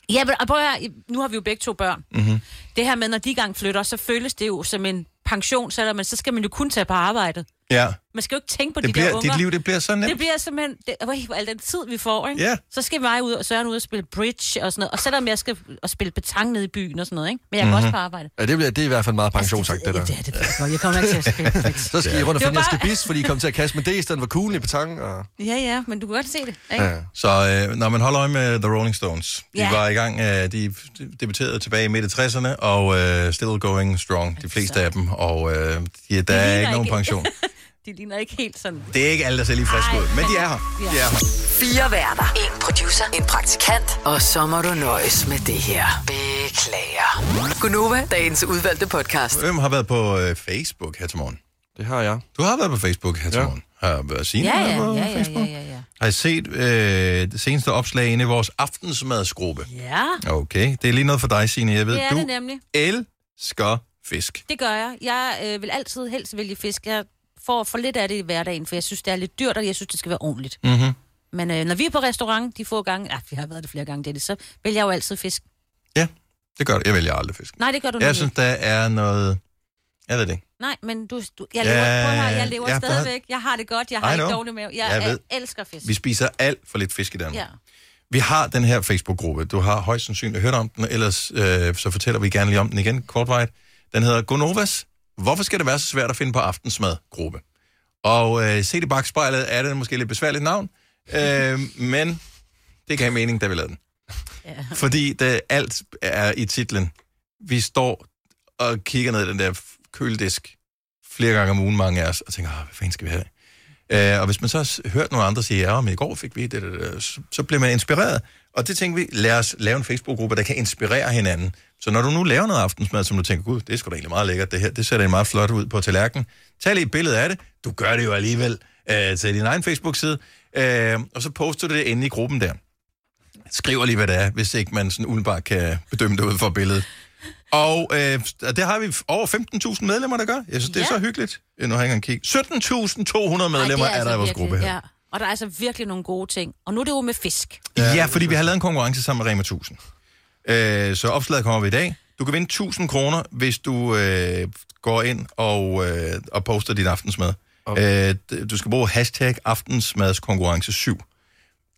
Ja, men og prøv at høre, nu har vi jo begge to børn. Mm-hmm. Det her med, når de i gang flytter, så føles det jo som en pension, selvom man, så skal man jo kun tage på arbejdet. Ja. Man skal jo ikke tænke på Det de bliver- der unger. dit liv, det bliver så nemt. Det bliver simpelthen... Det, øh, al den tid, vi får, ikke? Ja. Så skal mig ud og Søren ud og spille bridge og sådan noget. Og selvom jeg skal ud og spille betang nede i byen og sådan noget, ikke? Men jeg kan mm-hmm. Mhm. også på arbejde. Mhm. Ja, det, bliver, det er i hvert fald meget pensionsagt, det der. Ja, det bliver godt. Jeg kommer ikke til at [laughs] spille bridge. Så skal I rundt og Det var finde bare- bare... skibis, fordi I kom til at kaste med det i stedet for kuglen i petang. Og... Ja, ja, men du kan godt se det, ikke? Ja. Så øh, når man holder øje med The Rolling Stones, de Ja. var i gang, øh, de debuterede tilbage i midt 60'erne, og øh, still going strong, de fleste af dem, og øh, de, der er ikke nogen [laughs] pension. de ligner ikke helt sådan. Det er ikke alle, der ser lige friske ud, men de er her. Ja. De er her. Fire værter. En producer. En praktikant. Og så må du nøjes med det her. Beklager. Gunova, dagens udvalgte podcast. Hvem har været på øh, Facebook her til morgen? Det har jeg. Du har været på Facebook her til morgen. Har været Signe Ja, ja, været på ja, ja, Facebook? ja, ja, ja. Har I set øh, det seneste opslag inde i vores aftensmadsgruppe? Ja, Okay, det er lige noget for dig, Signe. Jeg ved, det er du det nemlig. elsker fisk. Det gør jeg. Jeg øh, vil altid helst vælge fisk. Jeg får for lidt af det i hverdagen, for jeg synes, det er lidt dyrt, og jeg synes, det skal være ordentligt. Mm-hmm. Men øh, når vi er på restaurant, de få gange, ja, vi har været det flere gange, det er det, så vælger jeg jo altid fisk. Det gør du. Jeg vælger aldrig fisk. Nej, det gør du Jeg nemlig synes, der er noget... Jeg ved det ikke. Nej, men du, du jeg lever, Ja, ja, prøv at høre, jeg lever ja, ja, prøv at høre. stadigvæk. Jeg har det godt, jeg har I ikke know. dårlig mave. Jeg, Jeg jeg ved. elsker fisk. Vi spiser alt for lidt fisk i Danmark. ja. Vi har den her Facebook-gruppe. Du har højst sandsynligt hørt om den, ellers øh, så fortæller vi gerne lige om den igen kortvejt. Den hedder Gonovas. Hvorfor skal det være så svært at finde på aftensmad-gruppe? Og øh, set i bagspejlet er det måske lidt besværligt navn, øh, men det gav mening, da vi lavede den. Ja. Fordi det, alt er i titlen. Vi står og kigger ned i den der f- køledisk flere gange om ugen, mange af os, og tænker, "Åh, hvad fanden skal vi have? Øh, og hvis man så har hørt nogle andre sige, ja, men i går fik vi det, det, det, så, så bliver man inspireret. Og det tænker vi, lad os lave en Facebook-gruppe, der kan inspirere hinanden. Så når du nu laver noget aftensmad, som du tænker, gud, det er sgu da egentlig meget lækkert, det her, det ser da meget flot ud på tallerkenen. Tag lige et billede af det. Du gør det jo alligevel øh, til din egen Facebook-side. Øh, og så poster du det inde i gruppen der. Skriver lige, hvad det er, hvis ikke man sådan umiddelbart kan bedømme det ud fra billedet. Og øh, og det har vi over 15.000 medlemmer, der gør. Jeg synes, det er Ja. så hyggeligt. Øh, Nu har jeg ikke engang kigget. 17.200 medlemmer Ej, er, der altså i vores virkelig- gruppe her. Ja. Og der er altså virkelig nogle gode ting. Og nu er det jo med fisk. Ja, ja fordi vi har lavet en konkurrence sammen med Rema 1000. Øh, så opslaget kommer vi i dag. Du kan vinde 1000 kroner, hvis du øh, går ind og, øh, og poster dit aftensmad. Okay. Øh, d- du skal bruge hashtag aftensmadskonkurrence 7.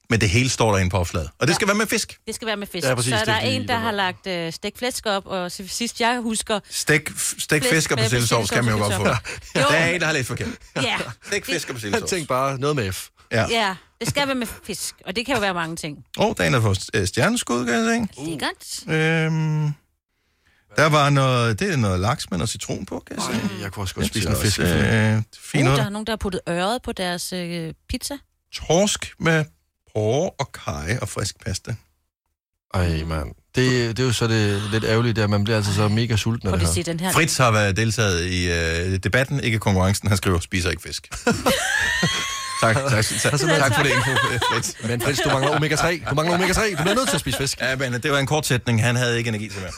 Men det hele står derinde på opslaget. Og det ja. skal være med fisk. Det skal være med fisk. Ja, præcis, så det der er er fordi, en, der har lagt øh, stegt flæsk op, og så sidst jeg husker... Stik, stik Flæsk fisk og med persillesovs kan man jo godt få. persillesovs. Jo. Der er en, der har lidt forkert. Ja, [laughs] Stik fisk og [laughs] Jeg persillesovs. tænkte bare, noget med F. Ja. ja. ja, det skal være med fisk. Og det kan jo være mange [laughs] ting. Og oh, der er en, der får øh, stjerneskud, kan jeg se. Lækkert. Øhm, der var noget, det er noget laks med noget citron på, kan jeg se. Ej, jeg kunne også godt Jeg spise synes noget fisk. Oh, også, øh, Uh, fint der noget. er nogen, der har puttet øret på deres øh, pizza. Torsk med porre og kaj og frisk pasta. Ej, mand. Det, det er jo så det lidt ærgerligt, at man bliver altså så mega sulten af Prøv det lige at se her. den her. Fritz har været deltaget i øh, debatten, ikke konkurrencen. Han skriver, spiser ikke [laughs] fisk. tak, tak, tak, tak for det info, øh, Fritz. Men Fritz, du mangler omega-3. Du mangler omega-3. Du bliver nødt til at spise fisk. Ja, men det var en kort sætning. Han havde ikke energi til [laughs] mere.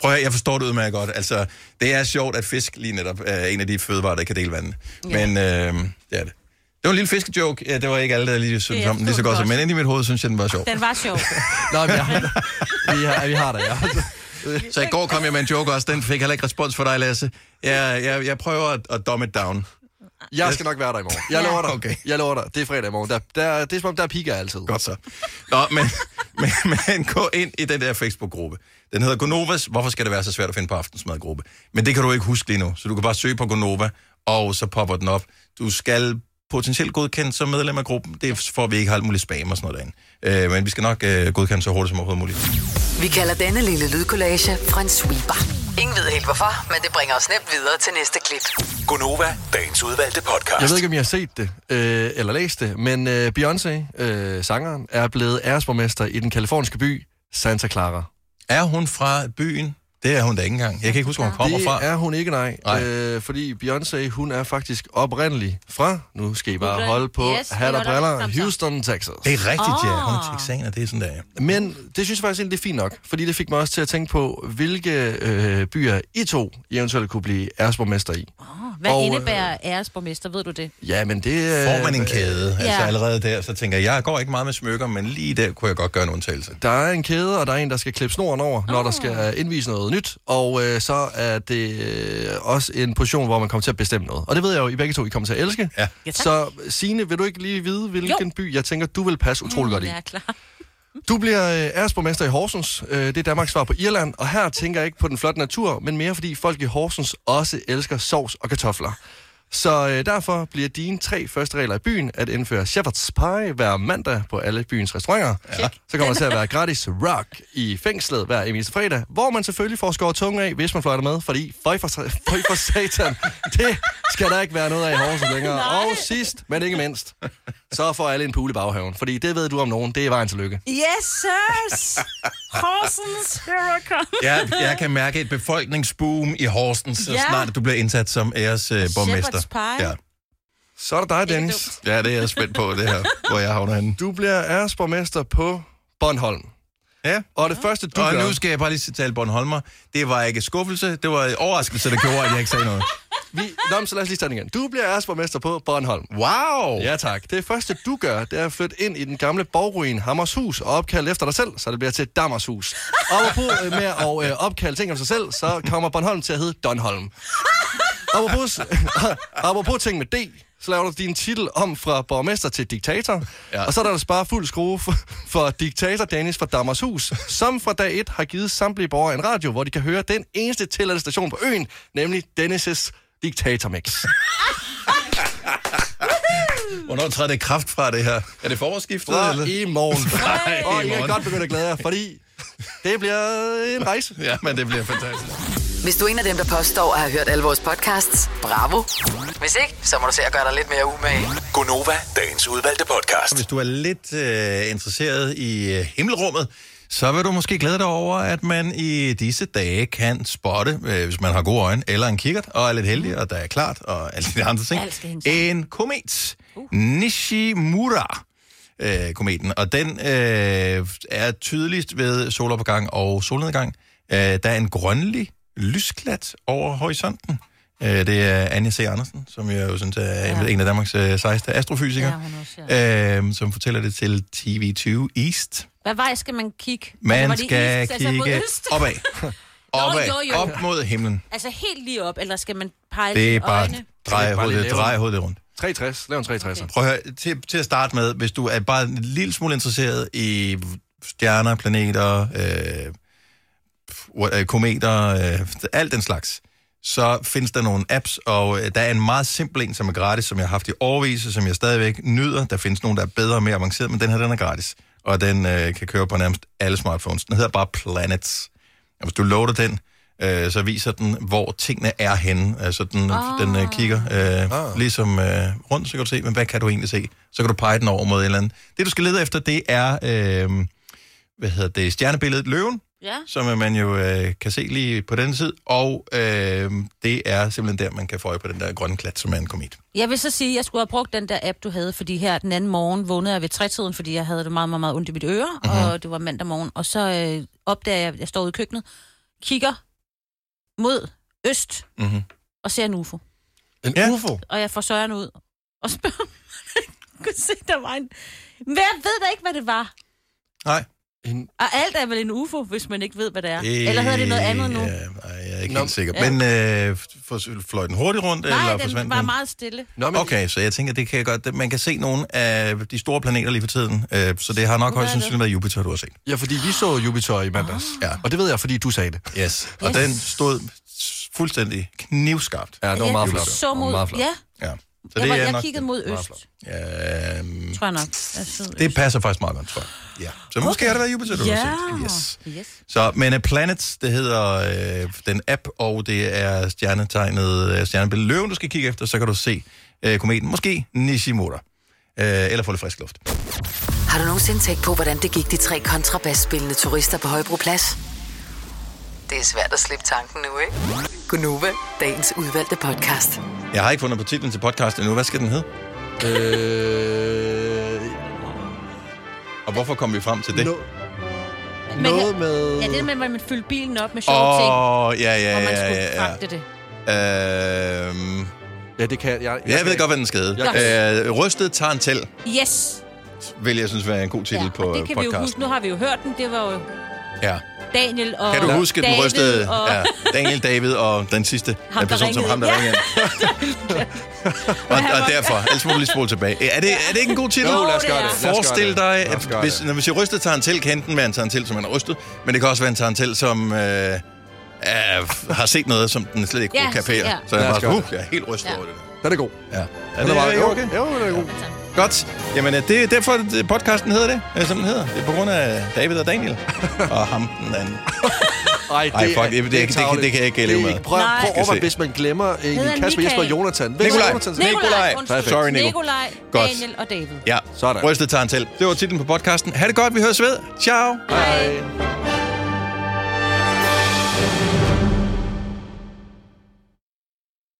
Prøv at høre, jeg forstår det udmærket godt. Altså, det er sjovt, at fisk lige netop er en af de fødevarer, der kan dele vandet. Ja. Men øh, det er det. Det var en lille fiskejoke. Ja, det var ikke alle, der lige Det syntes er om den lige så godt, som, men godt. [laughs] inde i mit hoved synes jeg, den var sjov. Den var sjov. Nå, vi har, vi har, vi har dig, ja. [laughs] Så i går kom jeg med en joke også. Den fik heller ikke respons for dig, Lasse. Jeg, jeg, jeg prøver at, at dumb it down. Jeg skal nok være der i morgen. Jeg lover dig. Okay. Jeg lover dig. Det er fredag i morgen. Der, der, det er som om, der er piger altid. Godt så. Nå, men, [laughs] men, men gå ind i den der Facebook-gruppe. Den hedder Gonovas. Hvorfor skal det være så svært at finde på aftensmadgruppe? Men det kan du ikke huske lige nu, så du kan bare søge på Gonova, og så popper den op. Du skal potentielt godkendes som medlem af gruppen. Det får vi ikke har alt muligt spam og sådan noget derinde. Øh, men vi skal nok øh, godkende så hurtigt som overhovedet muligt. Vi kalder denne lille lydkollage en sweeper. Ingen ved helt hvorfor, men det bringer os nemt videre til næste klip. Gonova, dagens udvalgte podcast. Jeg ved ikke, om I har set det, øh, eller læst det, men øh, Beyoncé, øh, sangeren, er blevet æresborgmester i den kaliforniske by Santa Clara. Er hun fra byen? Det er hun da ikke engang. Jeg kan ikke huske, hvor hun kommer det fra. er hun ikke, nej. Nej. nej. Øh, fordi Beyoncé, hun er faktisk oprindelig fra, nu skal I bare Brooklyn. holde på Yes, yes, hat og det er der. Kom briller, så. Ah. Houston, Texas. Det er rigtigt, ja. Ah. Hun er texaner, det er sådan der, ja. Men det synes jeg faktisk egentlig, det er fint nok, fordi det fik mig også til at tænke på, hvilke øh, byer I to eventuelt kunne blive æresborgmester i. Hvad Og, og, øh, indebærer æresborgmester, ved du det? Ja, men det... Får man en kæde, Ja. altså allerede der, så tænker jeg, jeg går ikke meget med smykker, men lige der kunne jeg godt gøre en undtagelse. Der er en kæde, og der er en, der skal klippe snoren over, når Ah. der skal indvise noget nyt. Og øh, så er det øh, også en position, hvor man kommer til at bestemme noget. Og det ved jeg jo, I begge to I kommer til at elske. Ja. Ja, tak. så Signe, vil du ikke lige vide, hvilken Jo. Mm, jo. by, jeg tænker, du vil passe utrolig godt i? Ja, klar. Du bliver øh, æresborgmester i Horsens. Øh, det er Danmarks svar på Irland. Og her tænker jeg ikke på den flotte natur, men mere fordi folk i Horsens også elsker sovs og kartofler. Så øh, derfor bliver dine tre første regler i byen at indføre shepherd's pie hver mandag på alle byens restauranter. Ja. Så kommer der til at være gratis rock i fængslet hver eneste fredag, hvor man selvfølgelig får skåret tungen af, hvis man fløjter med, fordi føj for, sa- føj for satan, det skal der ikke være noget af i Horsens længere. Og sidst, men ikke mindst, så får alle en pool i baghaven, fordi det ved du om nogen, det er vejen til lykke. Yes, sirs! Horsens, here I come. Jeg, jeg kan mærke et befolkningsboom i Horsens, så Ja. snart du bliver indsat som æresborgmester. [laughs] Shepherd's pie. ja. Så er der dig, Dennis. Ja, det er jeg spændt på, det her, hvor jeg havner henne. Du bliver æresborgmester på Bornholm. Ja. Og det første, du Og gør... nu skal jeg bare lige tale Bornholmer. Det var ikke skuffelse, det var overraskelse, der gjorde, at jeg ikke sagde noget. Vi... Nå, men så lad os lige starte den igen. Du bliver æresborgmester på Bornholm. Wow! Ja, tak. Det første, du gør, det er at flytte ind i den gamle borgruin Hammershus og opkalde efter dig selv, så det bliver til Dammershus. Og på med at øh, opkalde ting om sig selv, så kommer Bornholm til at hedde Donholm. Apropos, [laughs] apropos ting med D, så laver du din titel om fra borgmester til diktator. Ja. Og så er der altså bare fuld skrue for, for diktator Dennis fra Dammershus, som fra dag 1 har givet samtlige borgere en radio, hvor de kan høre den eneste tilladte station på øen, nemlig Dennis' Diktatormix. [laughs] Hvornår træder det kraft fra det her? Er det forårsskiftet? Fra eller? i [laughs] morgen. Fra i og I kan morgen. godt begynde at glæde jer, fordi det bliver en rejse. Ja, men det bliver fantastisk. Hvis du er en af dem, der påstår at have hørt alle vores podcasts, bravo. Hvis ikke, så må du se at gøre dig lidt mere umage. Gonova, dagens udvalgte podcast. Hvis du er lidt øh, interesseret i øh, himmelrummet, så vil du måske glæde dig over, at man i disse dage kan spotte, øh, hvis man har gode øjne, eller en kikkert, og er lidt heldig, og der er klart, og alle de andre ting. Alt skal hænge En komet. Nishimura. Øh, kometen, og den øh, er tydeligst ved solopgang og solnedgang. Øh, der er en grønlig lysklat over horisonten. Øh, det er Anja C. Andersen, som jeg jo synes er ja. en af Danmarks øh, sejeste astrofysikere Ja, hun er også, øh, som fortæller det til TV2 East. Hvad vej skal man kigge? Altså, var Man det skal is, altså mod kigge øst? [laughs] opad. opad. jo, jo. Op mod himlen. Altså helt lige op, eller skal man pege Det er lidt bare øjne? drej Det er bare lige hovedet, lave. drej hovedet rundt. 360. Lav en 360. Okay. Prøv at høre, til, til at starte med, hvis du er bare en lille smule interesseret i stjerner, planeter, øh, what- øh, kometer, øh, alt den slags, så findes der nogle apps, og øh, der er en meget simpel en, som er gratis, som jeg har haft i årvis, og som jeg stadigvæk nyder. Der findes nogle, der er bedre og mere avanceret, men den her, den er gratis. Og den øh, kan køre på nærmest alle smartphones. Den hedder bare Planets. Og hvis du loader den, øh, så viser den, hvor tingene er henne. Altså, den, oh. den øh, kigger øh, oh. ligesom øh, rundt, så kan du se, men hvad kan du egentlig se? Så kan du pege den over mod et eller andet. Det, du skal lede efter, det er, øh, hvad hedder det, stjernebilledet Løven, Ja. som øh, man jo øh, kan se lige på den side, og øh, det er simpelthen der, man kan få øje på den der grønne klat, som er en komet. Jeg vil så sige, at jeg skulle have brugt den der app, du havde, fordi her den anden morgen vågnede jeg ved trætiden, fordi jeg havde det meget, meget, meget ondt i mit øre, Mhm. mm-hmm. og det var mandag morgen. Og så øh, opdager jeg, at jeg står ude i køkkenet, kigger mod øst Mm-hmm. og ser en ufo. En UFO? Og jeg får Søren ud og [laughs] spørger, om han kunne se, der var en... Men jeg ved da ikke, hvad det var. Nej. En... Og alt er vel en UFO, hvis man ikke ved, hvad det er. Eller hedder det noget andet nu? Ja, Ja, nej, jeg er ikke Nå. Nå. helt sikker. Ja. Men øh, for- fløj den hurtigt rundt, Nej, eller den forsvandt var meget stille. Nå, men... Okay, så jeg tænker, det kan jeg godt... det- Man kan se nogle af de store planeter lige for tiden, øh, så det har nok Hvad er højst det? sandsynligt været Jupiter, du har set. Ah. Ja, fordi vi så Jupiter i mandags. Ja. Og det ved jeg, fordi du sagde det. Yes. Og den stod fuldstændig knivskarpt. Ja, det var meget flot. Så mod, ja, Ja. så det jeg, var, jeg kiggede mod øst, Ja, tror jeg nok. Jeg sidder øst. det passer faktisk meget godt, tror jeg. Ja. Mm. Så måske okay. har det været Jupiter, du ja. har set. Yes. yes. Så, men uh, Planets, det hedder øh, den app, og det er stjernetegnet øh, stjernebilledet løven, du skal kigge efter, så kan du se øh, kometen, måske Nishimura, øh, eller få lidt frisk luft. Har du nogensinde tænkt på, hvordan det gik de tre kontrabasspillende turister på Højbroplads? Det er svært at slippe tanken nu, ikke? Gunova, dagens udvalgte podcast. Jeg har ikke fundet på titlen til podcasten endnu. Hvad skal den hedde? Øh... Og hvorfor kom vi frem til det? No. Noget med... Ja, det der med, at man fyldte bilen op med sjove ting, Åh, oh, ja, og ja, man ja, skulle ja, ja. fragte det. Øhm... Ja, det kan jeg. Jeg, jeg ved godt, hvad den skal hedde. Øh, rystet tarantel Yes, vil jeg synes være en god titel ja, på øh, og det kan podcasten. vi jo huske. Nu har vi jo hørt den. Det var jo Ja. Daniel og Kan du huske David den rystede? Og... Ja, Daniel, David og den sidste [laughs] Ham, ham, der person, som ringede. ham, der Ja. ringede. og, og derfor, ellers må du lige spole tilbage. Er det, er det ikke en god titel? Jo, lad os gøre det. Lad os gøre Forestil det. dig, Lad os at gøre hvis, det. når vi siger rystet tarantel, kan enten være en tarantel, som han har rystet, men det kan også være en tarantel, som øh, er, har set noget, som den slet ikke Ja, kunne kapere. ja. Så jeg Lad er bare os sådan, gøre uh, det. jeg er helt rystet Ja. over det. Den er god. Ja. Er Den er meget ikke god. okay? Jo, den er god. Godt. Jamen, øh, det er derfor, at podcasten hedder det, øh, som den hedder. Det er på grund af David og [laughs] Daniel. og ham den anden. Ej, Ej, fuck, det- det- det- det- det- det kan jeg ikke leve med. Det- Prøv, Nej. prøv Skal over, se. hvis man glemmer Altså- øh, Hedder egentlig han Kasper, Jesper og Michael? Jonathan. Hvis Nikolaj. Jonathan- Nikolaj, undskyld. Perfekt. Sorry, Nico. Nikolaj, Godt. Daniel og David. Ja, Sådan. rystet tarantel. Det var titlen på podcasten. Ha' det godt, vi høres ved. Ciao. Hej.